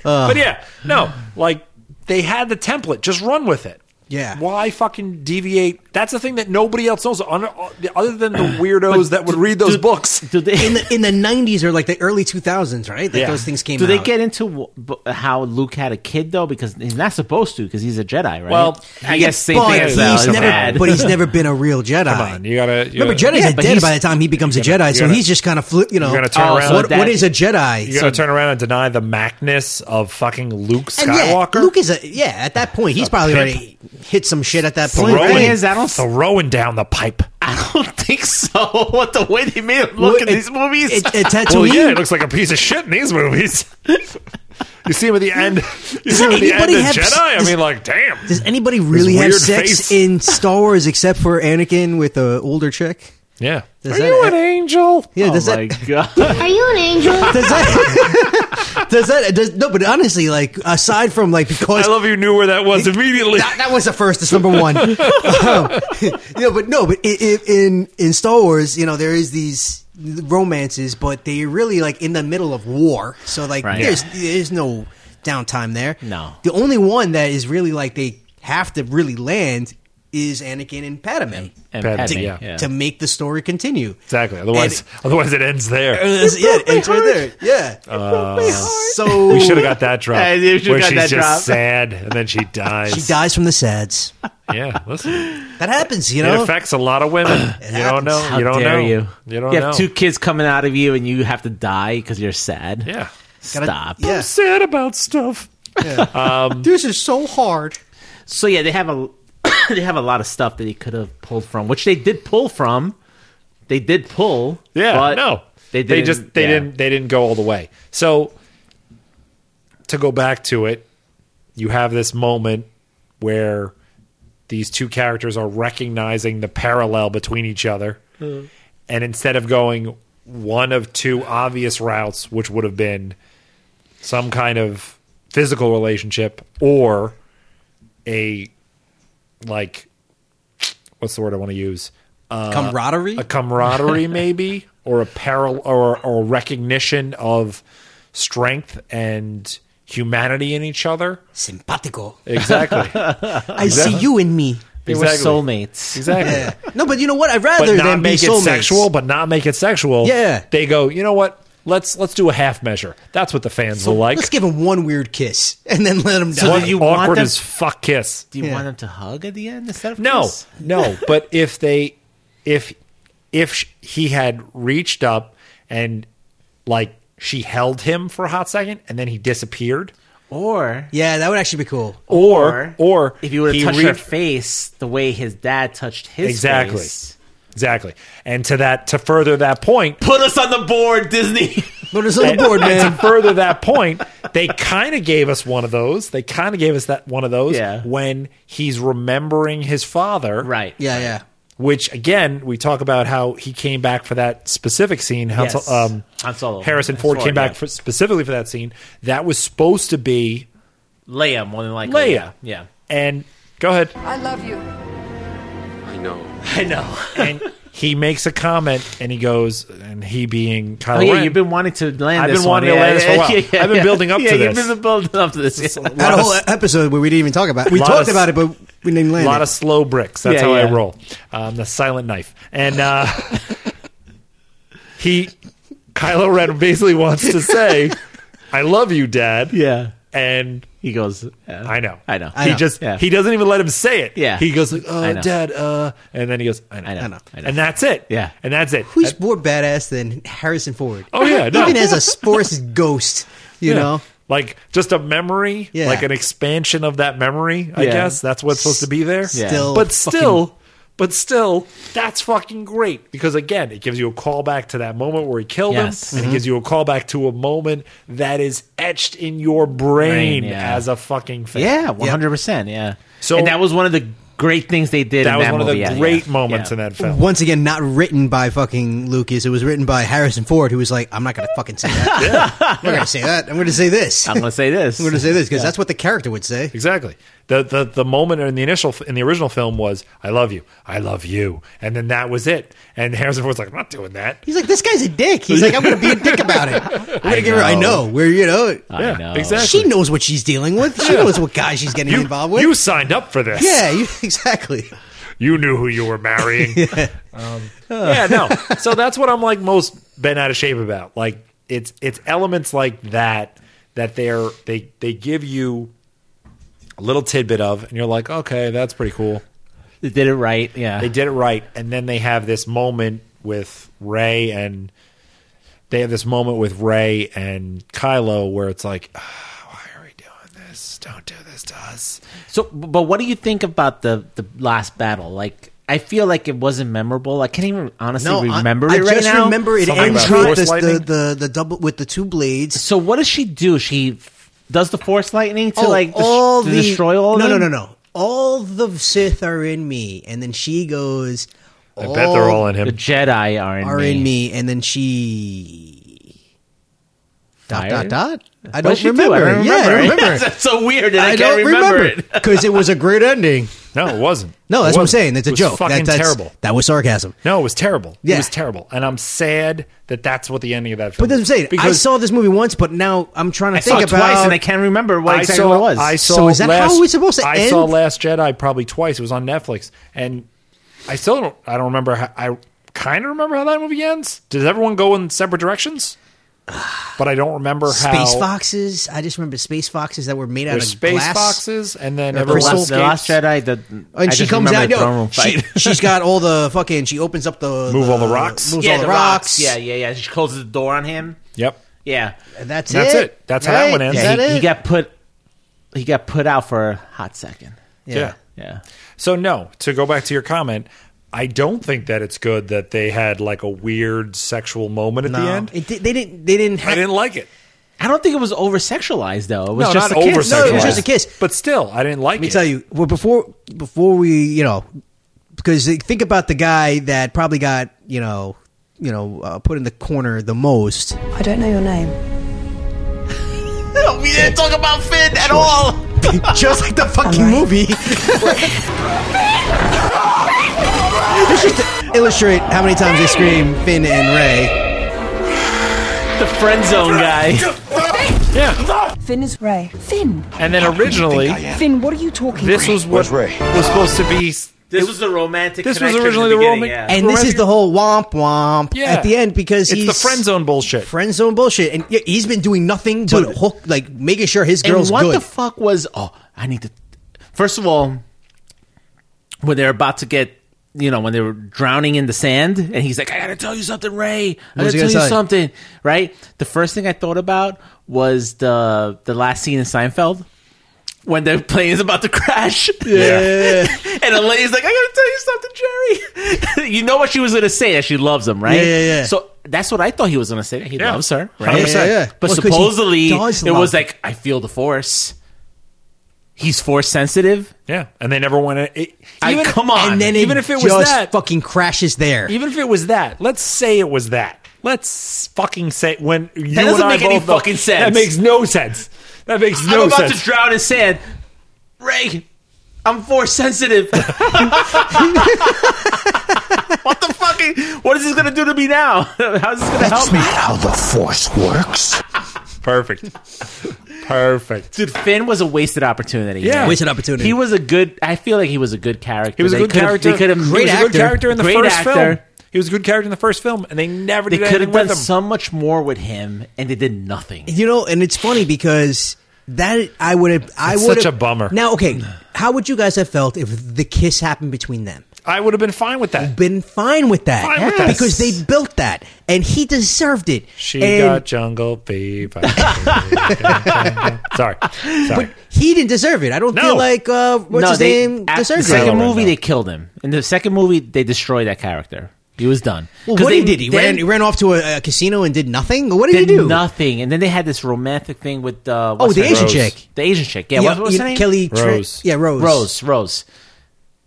but yeah, no, like they had the template, just run with it. Yeah. Why fucking deviate? That's the thing that nobody else knows, un- uh, other than the weirdos that would read those books. Do they in the in the nineties or like the early two thousands, right? Like Yeah. those things came. do they out. get into wh- b- how Luke had a kid though? Because he's not supposed to, because he's a Jedi, right? Well, I guess same But thing as uh, he's as never, Dad. [laughs] but he's never been a real Jedi. [laughs] Come on, you gotta. You Remember, gotta, Jedi's Yeah, are but dead he's- by the time he becomes a Jedi, so gotta- he's just kind of, fli you know, You're gonna turn Oh, around. so what, that- what is a Jedi? You're gonna turn around and deny the macness of fucking Luke and yeah, Skywalker. Luke is a yeah. At that point, he's probably pimp. already hit some shit at that point. throwing, Throw right? in- is, I don't- throwing down the pipe. [laughs] I don't think so. [laughs] What the way they made him look Well, in it- these movies? It, [laughs] [laughs] it, Tatooine, Well, yeah, it looks like a piece of shit in these movies. [laughs] you see him at [laughs] the end. You see him at the end anybody of have- Jedi. I does- mean, like, damn. Does anybody really have weird sex face. in Star Wars except for Anakin with an older chick? yeah. Does Are that- you an angel? Yeah, oh does my that god! Are you an angel? does that [laughs] does that does no? But honestly, like aside from like I because love you knew where that [laughs] was immediately. that, that was the first. It's number one. um, [laughs] yeah, but no, but i i in in Star Wars, you know, there is these romances, but they are really like in the middle of war. So like, Right. there's there's no downtime there. No. the only one that is really like they have to really land is Anakin and Padme. And Padme, Padme, yeah. yeah. To make the story continue, Exactly. Otherwise, otherwise it ends there. It's- yeah, it's right there. Yeah, Uh, so We should have got that drop. [laughs] Yeah, you should've where got she's that just drop. sad [laughs] and then she dies. she dies from the sads. Yeah, listen. That happens, you It know. affects a lot of women. you don't happens. know. How you don't dare know. you? You don't know. have two kids coming out of you, and you have to die because you're sad. yeah. Gotta- Stop. Yeah. sad about stuff. This is so hard. So yeah, they have a [coughs] they have a lot of stuff that they could have pulled from, which they did pull from. They did pull. Yeah, but no, They, they didn't- just they yeah. didn't they didn't go all the way. So to go back to it, you have this moment where these two characters are recognizing the parallel between each other, and instead of going one of two obvious routes, which would have been some kind of physical relationship or a like what's the word I want to use Camaraderie. a camaraderie maybe or a parallel or or recognition of strength and humanity in each other. Simpatico. Exactly. I see you in me. They Exactly. were soulmates. [laughs] exactly. No, but you know what? I'd But rather not than be make it soulmates. sexual, but not make it sexual. Yeah. They go, you know what? Let's let's do a half measure. That's what the fans will like. Let's give him one weird kiss and then let him So die. did you want awkward them- as fuck kiss. Do you Yeah. want them to hug at the end instead of No, kiss? no. But if they, if if sh- he had reached up and like she held him for a hot second and then he disappeared, Or yeah, that would actually be cool. or or if you would he have touched re- her face the way his dad touched his Exactly. face. exactly, and to that to further that point, Put us on the board, Disney. [laughs] Put us on the board, and to man. further that point, they kind of gave us one of those. They kind of gave us that one of those Yeah. when he's remembering his father, right. Yeah, yeah. Which again, we talk about how he came back for that specific scene. Han Yes. Sol- um, Han Solo. Harrison Ford Ford, came back yeah. for, specifically for that scene. That was supposed to be Leia, more than likely. Leia. Yeah. And go ahead. I love you. I know. I know. And he makes a comment, and he goes, and he being Kylo Oh, yeah, Ren, you've been wanting to land I've this been one. wanting to Yeah, land this for a yeah, while. yeah, yeah, I've been yeah. building up to yeah, this. You've been building up to [laughs] this. Yeah. Had a whole e- episode where we didn't even talk about it. We Lot talked of- about it, but we didn't land a lot it. of slow bricks. That's Yeah, how I yeah. roll. Um, the silent knife. And uh, [laughs] he, Kylo Ren, basically wants to say, "I love you, Dad." Yeah. And He goes, I know. I know. I he know. just Yeah. he doesn't even let him say it. Yeah. He goes like, "Uh, I know. Dad," uh, and then he goes, "I know." I know. I know. I know. And that's it. Yeah. And that's it. Who's That- more badass than Harrison Ford? oh yeah. No. Even as a sports ghost, you Yeah. know? Like just a memory, Yeah. like an expansion of that memory. I Yeah. guess that's what's supposed to be there. Yeah. Still but fucking- still, but still, that's fucking great because again, it gives you a callback to that moment where he killed Yes. Mm-hmm. him, and it gives you a callback to a moment that is etched in your brain, Brain, yeah. as a fucking thing. Yeah, one hundred percent. Yeah. So- So and that was one of the great things they did. that in was that one movie. of the yeah, great yeah, moments yeah. in that film. once again not written by fucking Lucas. It was written by Harrison Ford, who was like, "I'm not gonna fucking [laughs] say that. I'm not gonna say that. I'm gonna say this. I'm I'm gonna say [laughs] this. gonna say this because that's what the character would say." Exactly. The, the the moment in the initial in the original film was I love you, I love you, and then that was it. And Harrison Ford's like, I'm not doing that. He's like, "This guy's a dick." He's like, "I'm gonna be a dick [laughs] about it. I'm gonna give her. I know. We're you know." I yeah, know. Uh, exactly. She knows what she's dealing with. She knows what guy she's getting You, involved with. you signed up for this. yeah, you, [laughs] exactly. you knew who you were [laughs] marrying. yeah. Um, yeah, no. So that's what I'm like most bent out of shape about. Like it's it's elements like that that they're they they give you a little tidbit of, and you're like, okay, that's pretty cool. They did it right. Yeah. They did it right, and then they have this moment with Ray and they have this moment with Ray and Kylo where it's like, "Ah, why are we doing this? Don't do this to us. So, but what do you think about the the last battle? Like, I feel like it wasn't memorable. I can't even honestly I- remember I, it right just now. remember it Something ends about with force this- the, lightning? the the double with the two blades. So, what does she do? She f- does the force lightning to Oh, like dest- to destroy all. no of no them? no no all the Sith are in me, and then she goes. I bet Oh. they're all in The him. Jedi are in are me. in me, and then she dot dot Fired? dot. I What does don't she do? remember. I don't Yeah, I don't remember. That's so weird. That [laughs] I, I can't don't remember, remember it. because it was a great ending. No, it wasn't. No, It that's what I'm wasn't. saying. That's a It was joke. That- Fucking that's terrible. That was sarcasm. No, it was terrible. Yeah. It was terrible, and I'm sad that that's what the ending of that film. But that's what I'm saying. I Because saw this movie once, but now I'm trying to I think saw it about Oh, twice and I can't remember what I exactly saw, what it was. I saw So is that how last, we're supposed to I saw end? Last Jedi probably twice. It was on Netflix, and I still don't. I don't remember. How, I kind of remember how that movie ends. Does everyone go in separate directions? But I don't remember how. space foxes. I just remember space foxes that were made out of There's space glass. foxes, and then The everyone last, the last escapes. Jedi. The, And I she just comes remember out. the throne No, room she, fight. [laughs] she's got all the fucking. She opens up the Move all the rocks? Moves yeah, all the, the rocks. Yeah, yeah, yeah. She closes the door on him. Yep. Yeah, And That's, That's it. it. That's how that Right? one ends. Is yeah. that he, it? he got put. He got put out for a hot second. yeah. Yeah. So no, to go back to your comment, I don't think that it's good that they had like a weird sexual moment at the No. end. It di- they didn't. They didn't. I Have, didn't like it. I don't think it was over sexualized though. It was No, just not a kiss. over No, it was just a kiss. But still, I didn't like Let me it. tell you. Well, before before we, you know, because they- think about the guy that probably got you know, you know, uh, put in the corner the most. I don't know your name. No, we didn't talk about Finn at all. Just like the fucking All right. movie. [laughs] It's just to illustrate how many times they scream Finn and Ray. [laughs] The friend zone guy. Yeah. Finn is Ray. Finn, And then originally, Finn, what are you talking this was what Where's Ray? was supposed to be. This was the romantic. This was connection in originally the beginning, roman- yeah. And this is the whole womp womp Yeah. at the end because It's he's the friend zone bullshit. friend zone bullshit, and yeah, he's been doing nothing but Dude. hook, like making sure his And girl's what good. the fuck was? Oh, I need to. First of all, when they're about to get, you know, when they were drowning in the sand, and he's like, "I gotta tell you something, Ray. I gotta tell was he gonna you say? something." Right. The first thing I thought about was the the last scene in Seinfeld. When the plane is about to crash, [laughs] Yeah. and the lady's like, "I gotta tell you something, Jerry." [laughs] you know what she was gonna say? That she loves him, right? Yeah, yeah, yeah. So that's what I thought he was gonna say. that He Yeah. loves her, Yeah, right? yeah, yeah. But Well, 'cause he supposedly, does it love was her. like I feel the force. He's force sensitive. Yeah, and they never went. It, I- even- come on. and then even it if it was just that- fucking crashes there. even if it was that, let's say it was that. Let's fucking say when you doesn't and I make any both know- fucking sense. That makes no sense. That makes no I'm about sense. to drown in sand. Ray, I'm force sensitive. [laughs] what the fucking? What is this gonna do to me now? [laughs] How's this gonna That's help me? not how the force works. Perfect. Perfect. Dude, Finn was a wasted opportunity. Yeah. Wasted opportunity. He was a good. I feel like he was a good character. He was a They good could've- character. They could have Great he was a good actor. character in the Great first film. actor. He was a good character in the first film, and they never They did could anything have done with him. so much more with him, and they did nothing. You know, and it's funny because that I would have. I It's would such a bummer. Now, okay, how would you guys have felt if the kiss happened between them? I would have been fine with that. Been fine with that, Fine with that. because they built that, and he deserved it. She And- got jungle fever. sorry, sorry. He didn't deserve it. I don't No. feel like uh, what's his they- name at the deserved it. second Right movie, now. they killed him. In the second movie, they destroyed that character. He was done. Well, 'Cause what they he did he then ran? He ran off to a, a casino and did nothing. What did, did he do? nothing, and then they had this romantic thing with uh, Oh, what's the her Asian name? chick. the Asian chick. Yeah, Yeah, what, what's you- her name? Kelly Tra- Rose. yeah, Rose. Rose, Rose.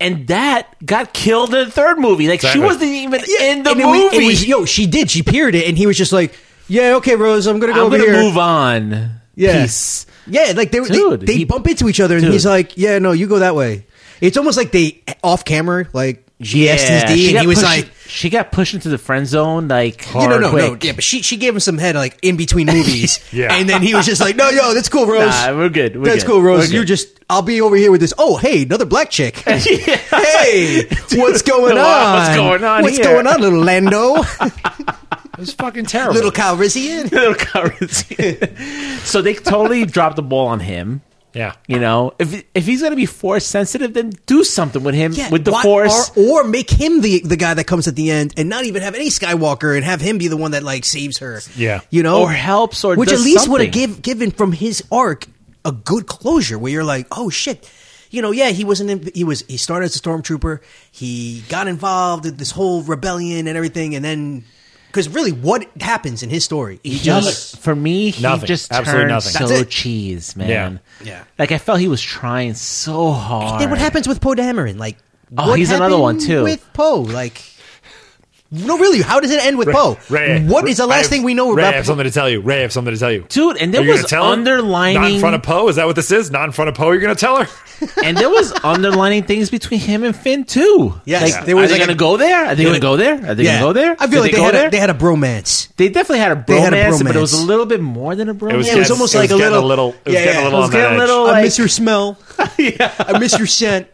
And that got killed in the third movie. Like she Exactly. wasn't even Yeah, in the and it was- movie. it was- yo, she did. She peered it, and he was just like, "Yeah, okay, Rose, I'm gonna go I'm over gonna here." move on. Yeah. Peace. Yeah, like they Dude, they, they he- bump into each other, and Dude. he's like, "Yeah, no, you go that way." It's almost like they off camera, like she asked his D, and got he was pushed- like, she got pushed into the friend zone. Like "You hard, know, no, no, quick. yeah." But she she gave him some head like in [laughs] between movies, Yeah. And then he was just like, "No, yo, that's cool, Rose. Nah, we're good. We're that's good. cool, We're Rose. good. You just I'll be over here with this. Oh, hey, another [laughs] black chick. Hey, what's going on? What's going on What's here? going on, [laughs] little Lando? It was fucking terrible. little Calrissian? little currency. so they totally dropped the ball on him. yeah. You know, if if he's gonna be force sensitive, then do something with him Yeah, with the why- force. or, or make him the the guy that comes at the end, and not even have any Skywalker, and have him be the one that like saves her. Yeah. you know, Or helps or which does at least would have something. give, given from his arc a good closure, where you're like, oh shit. You know, yeah, he wasn't. In, he was. He started as a stormtrooper. He got involved in this whole rebellion and everything, and then because really, what happens in his story? He, He just just, for me, he Nothing. just Absolutely turned nothing. so That's it. cheese, man. Yeah. Yeah. Like I felt he was trying so hard. Then what happens with Poe Dameron? Like, Oh, what he's another one, happened too. With Poe, like, no, really, how does it end with Poe? Ray, What is the Ray, last I have- thing we know Ray, I about have something to tell you. Ray, I have something to tell you. Dude, and there Are you was gonna tell her? Not in underlining- front of Poe? Is that what this is? Not in front of Poe? You're going to tell her? [laughs] and there was underlining things between him and Finn too. Yes. Yeah. like, There are was they like gonna a- go there? Are they gonna go there? Are they Yeah. gonna go there? I Did feel like they go had, there? a, they had [laughs] a bromance. they definitely had a bromance, They had a but it was bromance. a little bit more than a bromance. It was, Yeah, it was getting- almost it like a was getting little- little. It was yeah, getting yeah. a It little was on that getting a edge. little- I Like- miss [laughs] your smell. I miss your scent.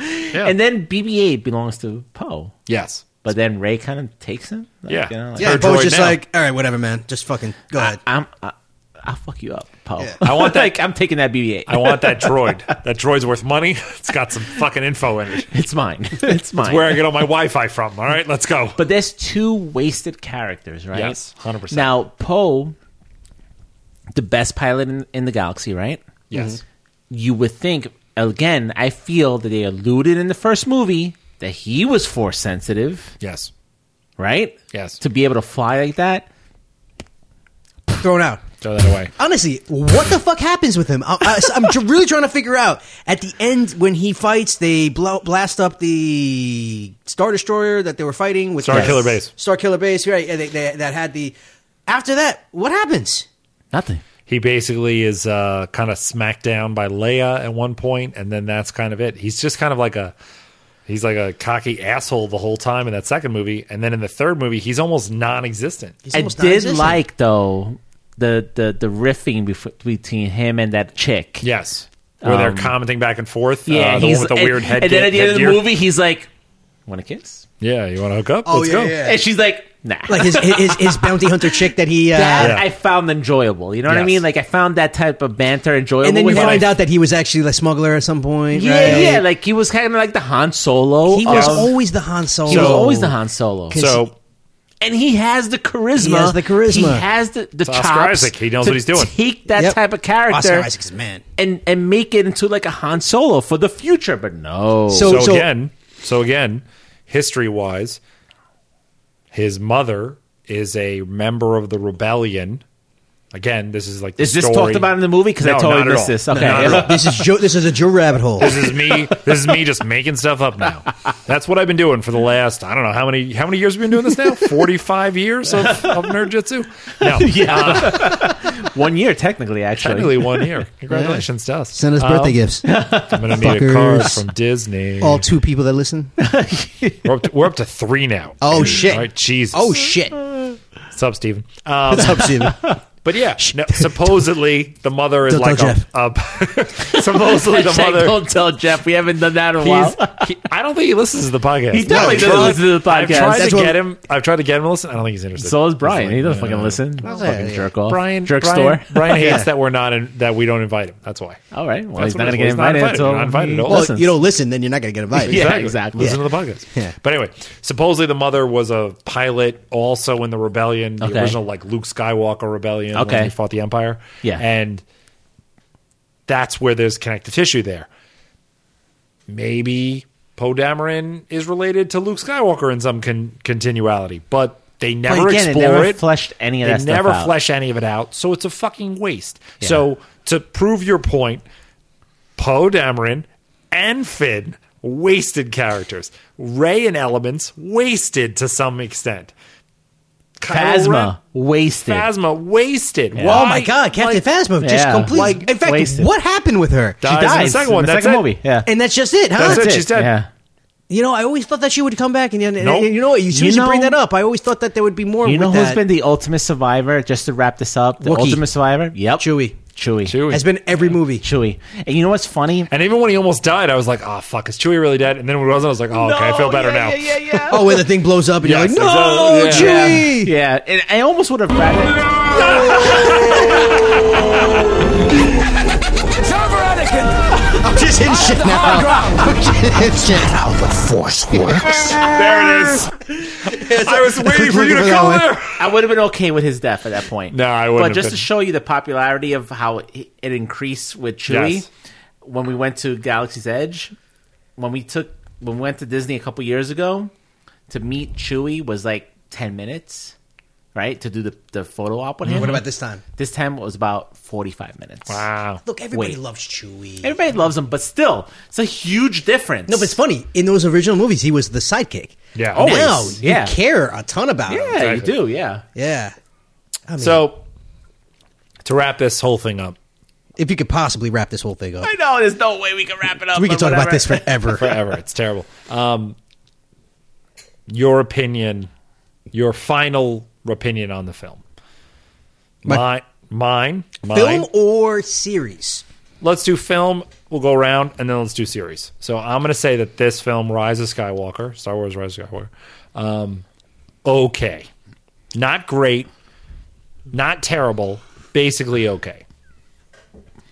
Yeah. And then BB-8 belongs to Poe, Yes. but then Ray kind of takes him. Like, Yeah. you know, like, Yeah. Yeah, Her Poe's droid just now. like, all right, whatever, man. Just fucking go ahead. I'm, I, I'll fuck you up, Poe. Yeah. I [laughs] want that- like, I'm taking that BB-8. I want that droid. That droid's worth money. [laughs] It's got some fucking info in it. [laughs] it's [laughs] mine. [laughs] it's mine. Where I get all my Wi Fi from. All right, let's go. but there's two wasted characters, right? Yes, 100%. Now Poe, the best pilot in, in the galaxy, right? Mm-hmm. yes. you would think again i feel that they alluded in the first movie that he was force sensitive Yes. right Yes. to be able to fly like that Thrown out. Throw that away. Honestly, what the fuck happens with him? I, I, am really trying to figure out. At the end, when he fights, they blow, blast up the star destroyer that they were fighting with Star the- Killer Base. Star Killer Base, right? and They, they, that had the. After that, what happens? nothing He basically is uh, kind of smacked down by Leia at one point, and then that's kind of it. He's just kind of like a. He's like a cocky asshole the whole time in that second movie, and then in the third movie, he's almost non-existent. He's i almost did non-existent. like though the the the riffing bef- between him and that chick. Yes. Where they're Um, commenting back and forth. yeah. uh, the he's one with the and, weird head. And then kit- at the end of the headgear. movie, he's like, "Want to kiss?" yeah, you want to hook up? Oh, Let's yeah, go. yeah. And she's like, "Nah." like his, his his bounty hunter chick that he. Uh, that Yeah. I found enjoyable. You know what I Yes. mean? Like I found that type of banter enjoyable. And then you with him. find out that he was actually a smuggler at some point. yeah, right? yeah. Like he was kind of like the Han Solo. He was of- always the Han Solo. he was always the Han Solo. So and he has the charisma. He has the charisma. He has the the Oscar chops. Isaac. He knows to what he's doing. Take that Yep. type of character. Oscar Isaac's man. and and make it into like a Han Solo for the future. But no, So- so, again, so again, history wise, his mother is a member of the rebellion. Again, this is like the is this story- talked about in the movie? Because I No, totally not at missed all. this. No, Okay, not at [laughs] all. This is Joe. This is a Joe rabbit hole. This is me. This is me just making stuff up now. That's what I've been doing for the last I don't know how many how many years we've been doing this now. Forty five years of, of nerd jitsu. [laughs] No, uh, one year technically. Actually, technically one year. Congratulations to us. Send [laughs] us Um, birthday gifts. I'm gonna need a card fuckers. from Disney. All two people that listen. We're up, to, we're up to three now. Oh, shit. All right, Jesus. Oh shit! What's up, Steven? What's up, [laughs] Steven? But yeah, no, supposedly the mother is Don't like tell a, a- [laughs] [laughs] supposedly the Check, mother. don't tell Jeff. We haven't done that in a [laughs] He's, while. he, I don't think he listens to the podcast. He definitely I've doesn't tried- listen to the I've podcast. tried That's to what- get him. I've tried to get him to listen. I don't think he's interested. So is He's Brian. like, He doesn't fucking "Yeah." listen. fucking jerk off. Brian, jerk Brian, store. [laughs] Brian hates that we're not in, that we don't invite him. That's why. [laughs] All right. Well, That's he's not what going to it get is. He's not invited. invited. until You're not he invited at all. listens. Well, you don't listen, then you're not going to get invited. Yeah. exactly. Listen to the podcast. Yeah. But anyway, supposedly the mother was a pilot also in the rebellion, the Okay. original like Luke Skywalker rebellion Okay. when he fought the Empire. Yeah. And that's where there's connective tissue there. Maybe Poe Dameron is related to Luke Skywalker in some con- continuality, but they never again, it explore never fleshed any of they that stuff never out. flesh any of it out, so it's a fucking waste. So to prove your point, Poe Dameron and Finn wasted characters. Ray and elements wasted to some extent. Kylo Phasma wasted. Ren- Phasma wasted. Oh Why? my god, Captain Phasma just Yeah. completely. Like, in fact, wasted. what happened with her? Dies in the second one. in the That's second it. movie. Yeah. And that's just it, huh? That's it. That's She's dead. Yeah. You know, I always thought that she would come back, and, and, Nope. and you know, as soon You as you bring know- that up, I always thought that there would be more. You know who's who's been the ultimate survivor? Just to wrap this up, the Wookiee. ultimate survivor. Yep, Chewie. Chewie, Chewie. has been every movie. Chewie. And you know what's funny? and even when he almost died, I was like, "Oh fuck, is Chewie really dead?" And then when he wasn't, I was like, "Oh okay, I feel better now." Oh, when the thing blows up, and Yes, you're exactly. like, "No, [laughs] Yeah. Chewie!" Yeah, and I almost would have rather. It's over, [laughs] Anakin! I'm just in shit now. it's shit now. How the force works. There it is. [laughs] I was waiting for you to Looking for go that one. there. I would have been okay with his death at that point. No, I wouldn't But have just been. to show you the popularity of how it, it increased with Chewie, Yes. when we went to Galaxy's Edge, when we took when we went to Disney a couple years ago, to meet Chewie was like ten minutes, right? To do the, the photo op with him. Mm-hmm. What about this time? This time it was about forty five minutes. Wow. Look, everybody Wait. loves Chewie. Everybody loves him, but still, it's a huge difference. No, but it's funny. In those original movies, he was the sidekick. Yeah. Oh, now Always. you Yeah. care a ton about yeah, him. you do, yeah. Yeah. I mean, So to wrap this whole thing up, if you could possibly wrap this whole thing up, I know there's no way we can wrap it up. we could but talk about whatever. [laughs] this forever. forever. it's terrible. Um, your opinion, your final opinion on the film. My- My, mine, mine. Film or series? Let's do film. We'll go around, and then let's do series. So I'm going to say that this film, Rise of Skywalker, Star Wars: Rise of Skywalker, um, okay, not great, not terrible, basically okay.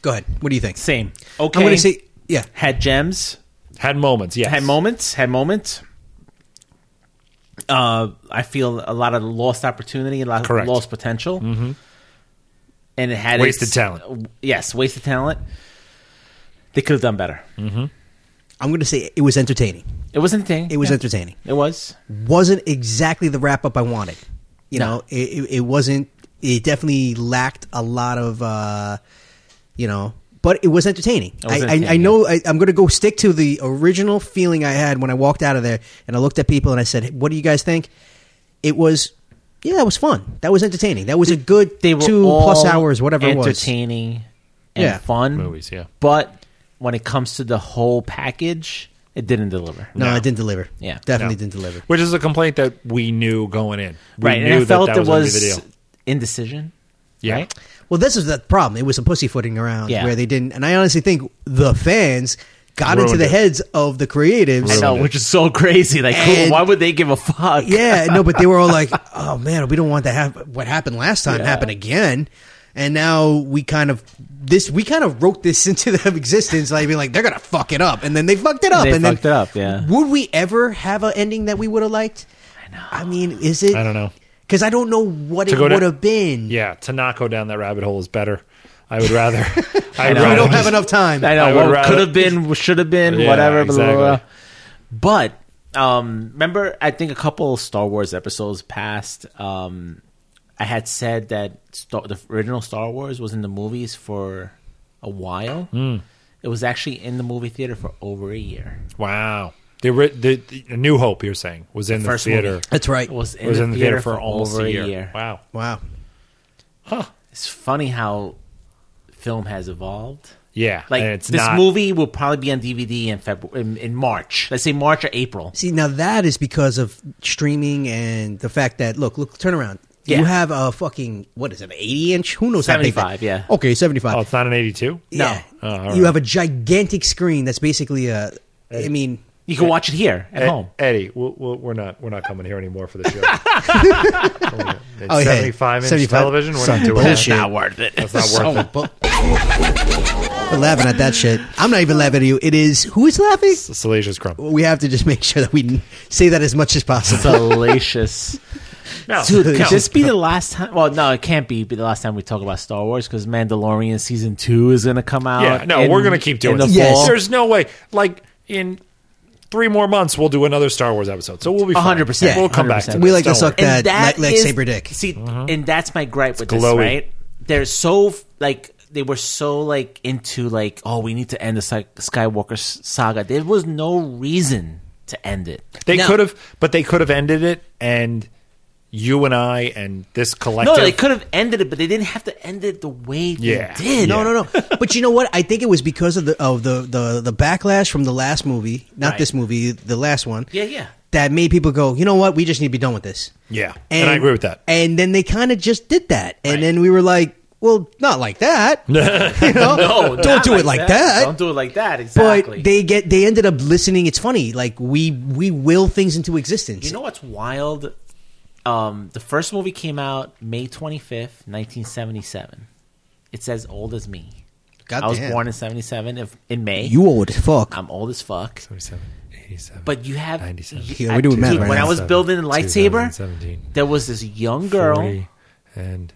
Go ahead. What do you think? Same. Okay. I'm going to say, yeah. had gems, Had moments, yes. had moments, had moments. Uh, I feel a lot of lost opportunity, a lot of Correct. lost potential, mm-hmm. and it had Wasted its- talent. Yes, wasted talent. They could have done better. Mm. I'm going to say it was entertaining. It was entertaining. It was Yeah. entertaining. It was. Wasn't exactly the wrap up I wanted. You No. know, it, it, it wasn't. It definitely lacked a lot of, uh, you know, but it was entertaining. was I, entertaining, I, I know I, I'm going to go stick to the original feeling I had when I walked out of there and I looked at people and I said, "Hey, "What do you guys think?" It was, yeah, that was fun. That was entertaining. That was a good They were two plus all hours, whatever it was. entertaining and Yeah. fun Movies, yeah. But when it comes to the whole package, it didn't deliver. No, No. it didn't deliver. Yeah. definitely No. didn't deliver. Which is a complaint that we knew going in. We right, knew and I felt that, there that was, gonna be the was deal. indecision. Yeah. right? Well, this is the problem. It was some pussyfooting around Yeah. where they didn't. And I honestly think the fans got into Ruined the it. heads of the creatives. I know, which is so crazy. Like, who- And- why would they give a fuck? Yeah, no, but they were all [laughs] like, "Oh man, we don't want that. Hap- what happened last time happen again." And now we kind of this we kind of wrote this [laughs] into the existence, like being like they're gonna fuck it up, and then they fucked it up. They and then- fucked it up, yeah. Would we ever have an ending that we would have liked? I know. I mean, is it? I don't know. because I don't know what To it go would down- have been. Yeah, to not go down that rabbit hole is better. I would rather. [laughs] I would know. we rather don't just- have enough time. I know. I would what rather- could have been, should have been, Yeah, whatever. Blah, blah, exactly. blah. But um, remember, I think a couple Star Wars episodes past, um, I had said that Star- the original Star Wars was in the movies for a while. Hmm. It was actually in the movie theater for over a year. Wow. The, ri- the, the New Hope, you're saying, was in the First theater. movie. That's right. It was in, It was the, in the theater, theater for almost over a year. Wow. Wow. It's funny how film has evolved. Yeah. Like and it's this not, movie will probably be on DVD in February, in, in March. Let's say March or April. See, now that is because of streaming and the fact that look, look, turn around. Yeah. You have a fucking what is it, eighty inch? Who knows? how big that- 75, yeah. Okay, seventy five. Oh, it's not an 82? Yeah. Oh, all You right. have a gigantic screen that's basically a. I mean, You can watch it here at Ed- home. Eddie, we'll, we'll, we're not we're not coming here anymore for the [laughs] show. Oh, hey, seventy five inch 75 television. We're some not doing bullshit. that. Not worth it. [laughs] That's not worth it. but, [laughs] we're laughing at that shit. I'm not even laughing at you. It is who is laughing? It's a salacious crumb. We have to just make sure that we n- say that as much as possible. Salacious. No, Dude, no. could this be the last time? Well, no, it can't be, be the last time we talk about Star Wars because Mandalorian season two is going to come out. yeah, no, in- we're gonna keep doing in the this. Yes. fall. There's no way. Like in three more months, we'll do another Star Wars episode. So we'll be A fine. hundred percent. We'll come back. 100%. To We this. like to Don't suck worry. that, that light- is- lightsaber dick. See, and that's my gripe with this, Mm-hmm. glowy. right? They're so f- like they were so like into like oh we need to end the Sky- Skywalker s- saga. There was no reason to end it. They No. could have, but they could have ended it, and you and I and this collective. No, they could have ended it, but they didn't have to end it the way Yeah. they did. Eh, No, no, no. [laughs] But you know what? I think it was because of the of the the, the backlash from the last movie, not Right. this movie, the last one. Yeah, yeah. That made people go, you know what? We just need to be done with this. Yeah, and, I agree with that. And then they kind of just did that, and then we were like, well, not [laughs] like that. you know? No, don't Oh, not do it like that. Don't do it like that. Exactly. But they get they ended up listening. It's funny, like we we will things into existence. You know what's wild? Um, the first movie came out May 25th, 1977. It's as old as me. God I was damn. born in 77 if, in May. you old as fuck. I'm old as fuck. 77, 87, But you have. 97. you- Yeah, we're I- doing math dude, right When now. I was building the lightsaber, 2017, there was this young girl, 40, and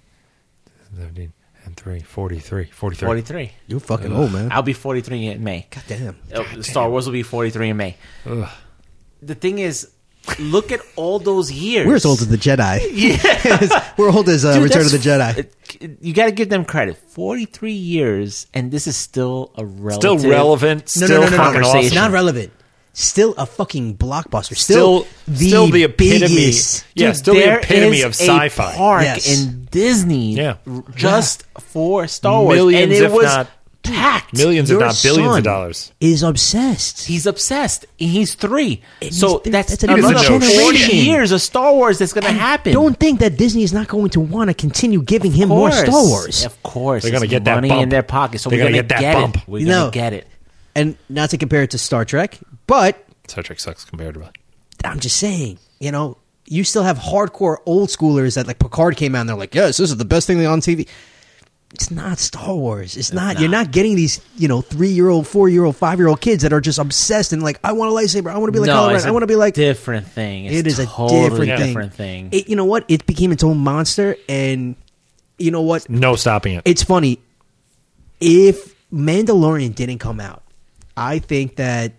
17, and 3, 43, 43. 43. You're fucking old man. I'll be 43 in May. God damn. Uh, Star Wars will be 43 in May. The thing is, look at all those years. We're as old as the Jedi. Yeah, [laughs] we're old as uh, Dude, Return of the that's- Jedi. it- You got to give them credit. Forty-three years, and this is still a Still relative. relevant. No, Still no, no, no, no, fucking no. awesome. Not relevant. Still a fucking blockbuster. Still, still, the, still the epitome. biggest. Yeah, Dude, still the there epitome is of a sci-fi. Park Yes. in Disney, Yeah. r- just for Star Wars, and Millions, it if was not- packed. Millions, if Your not billions, son, of dollars. Is obsessed. He's obsessed. He's three. he's so been- that's, that's a another different forty generation. years of Star Wars that's going to happen. Don't think that Disney is not going to want to continue giving him more Of Star course. Wars. Of course, They're gonna It's get that money in bump. their pocket. So They're we're gonna going to get that get bump. it. We're going No. to get it. And not to compare it to Star Trek, but Star Trek sucks compared to. I'm just saying, you know, you still have hardcore old schoolers that like Picard came out and they're like, yes, this is the best thing on TV. It's not Star Wars. It's, not, You're not getting these, you know, three year old, four year old, five year old kids that are just obsessed and like, I want a lightsaber. I want to be like Kylo it's Ren. I a want to be like. different thing. It's It is a totally different, thing. thing. It, you know what? It became its own monster, and you know what? No stopping it. It's funny. If Mandalorian didn't come out, I think that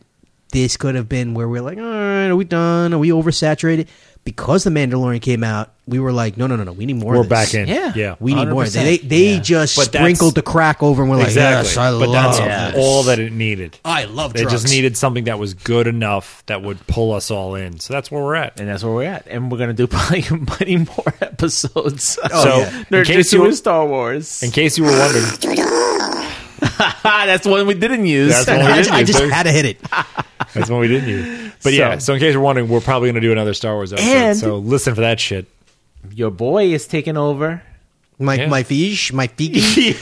this could have been where we're like, all right, are we done? Are we oversaturated? Because the Mandalorian came out, we were like, no, no, no, no, we need more. We're of back this. in. Yeah. yeah. We need more. They 100%. they Yeah. just But that's- sprinkled the crack over, and we're like, exactly. yes, I but love. that's Yeah. this." all that it needed. I love. They drugs. just needed something that was good enough that would pull us all in. So that's where we're at. and that's where we're at. And we're gonna do [laughs] probably many more episodes. so Oh, yeah. they're in, just case you doing were, Star Wars. in case you were [laughs] wondering, [laughs] Ah, that's one we didn't use. That's one- I just, I It is, just dude. had to hit it. that's when we didn't use. But yeah, So- so in case you're wondering, we're probably going to do another Star Wars episode. And- so listen for that shit. Your boy is taking over. My Yeah. my fish, my figgy,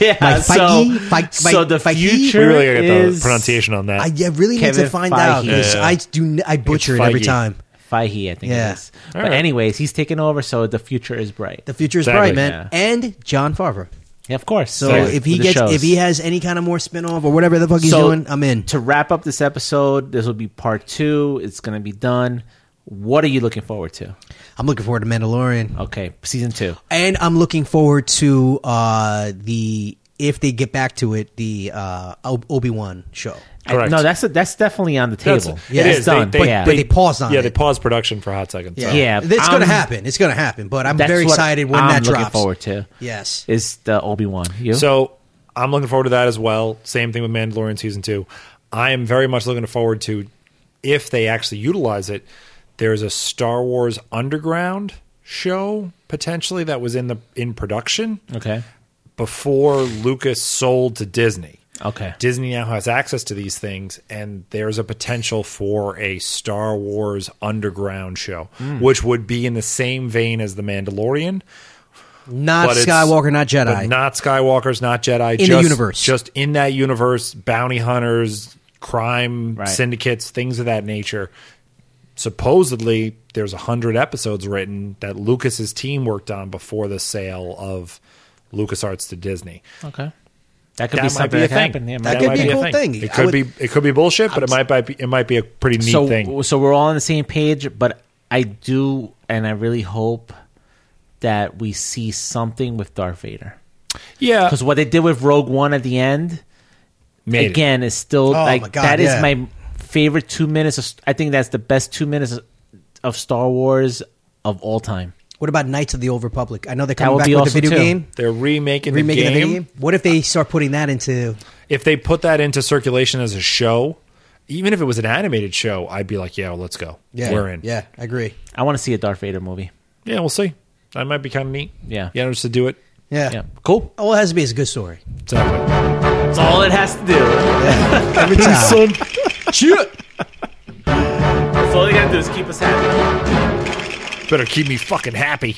[laughs] yeah. my so, feige, fi- so fi- the feige. future We really gotta get the is pronunciation on that. I, I really need Kevin to find Feige. out. 'cause Yeah. I do. n- I butcher it every Feige. time. Feige, I think Yeah. it is. All But right. anyways, he's taking over, so the future is bright. The future is Exactly. bright, man. And John Favreau. yeah, of course. So Exactly. if he With the gets, shows. if he has any kind of more spinoff or whatever the fuck he's doing, I'm in. To wrap up this episode, this will be part two. It's going to be done. What are you looking forward to? I'm looking forward to Mandalorian. Okay, season two. and I'm looking forward to uh, the if they get back to it, the uh, Obi Wan show. I- Correct. no, that's that's definitely on the That's- table. Yeah. it it's is. They- done. they- yeah. but they paused on Yeah, it. they paused production for a hot second. so- Yeah, it's going to I'm- happen. It's going to happen. But I'm That's very what excited when I'm that looking drops. forward to. Yes. Is the Obi Wan? You So I'm looking forward to that as well. Same thing with Mandalorian season two. I am very much looking forward to if they actually utilize it. There's a Star Wars Underground show potentially that was in the in production okay? before Lucas sold to Disney. Okay. Disney now has access to these things, and there's a potential for a Star Wars underground show, which would be in the same vein as The Mandalorian. Not but it's- Skywalker, but not Jedi. not Skywalker's, not Jedi. the just, universe. just in that universe, bounty hunters, crime Right. syndicates, things of that nature. Supposedly, there's a hundred episodes written that Lucas's team worked on before the sale of LucasArts to Disney. Okay. That could be That might something be that a could thing. happen. Yeah, That might could be happen. a cool thing. It I could would- be it could be bullshit, but it might be it might be a pretty neat so, thing. So we're all on the same page, but I do, and I really hope that we see something with Darth Vader yeah, because what they did with Rogue One at the end made it. again is still Oh my like God, that is yeah. my favorite two minutes. Of, I think that's the best two minutes of Star Wars of all time. What about Knights of the Old Republic? I know they're would coming back be with the awesome, video too. game. They're remaking, Remaking the the video game. game. What if they start putting that into? if they put that into circulation as a show, even if it was an animated show, I'd be like, yeah, well, let's go. Yeah, We're in. Yeah, I agree. I want to see a Darth Vader movie. Yeah, we'll see. That might be kind of neat. Yeah. You know, just to do it. Yeah. Yeah, cool. All it has to be is a good story. Exactly. That's all it has to do. Every time. That's all you gotta do is keep us happy. Better keep me fucking happy.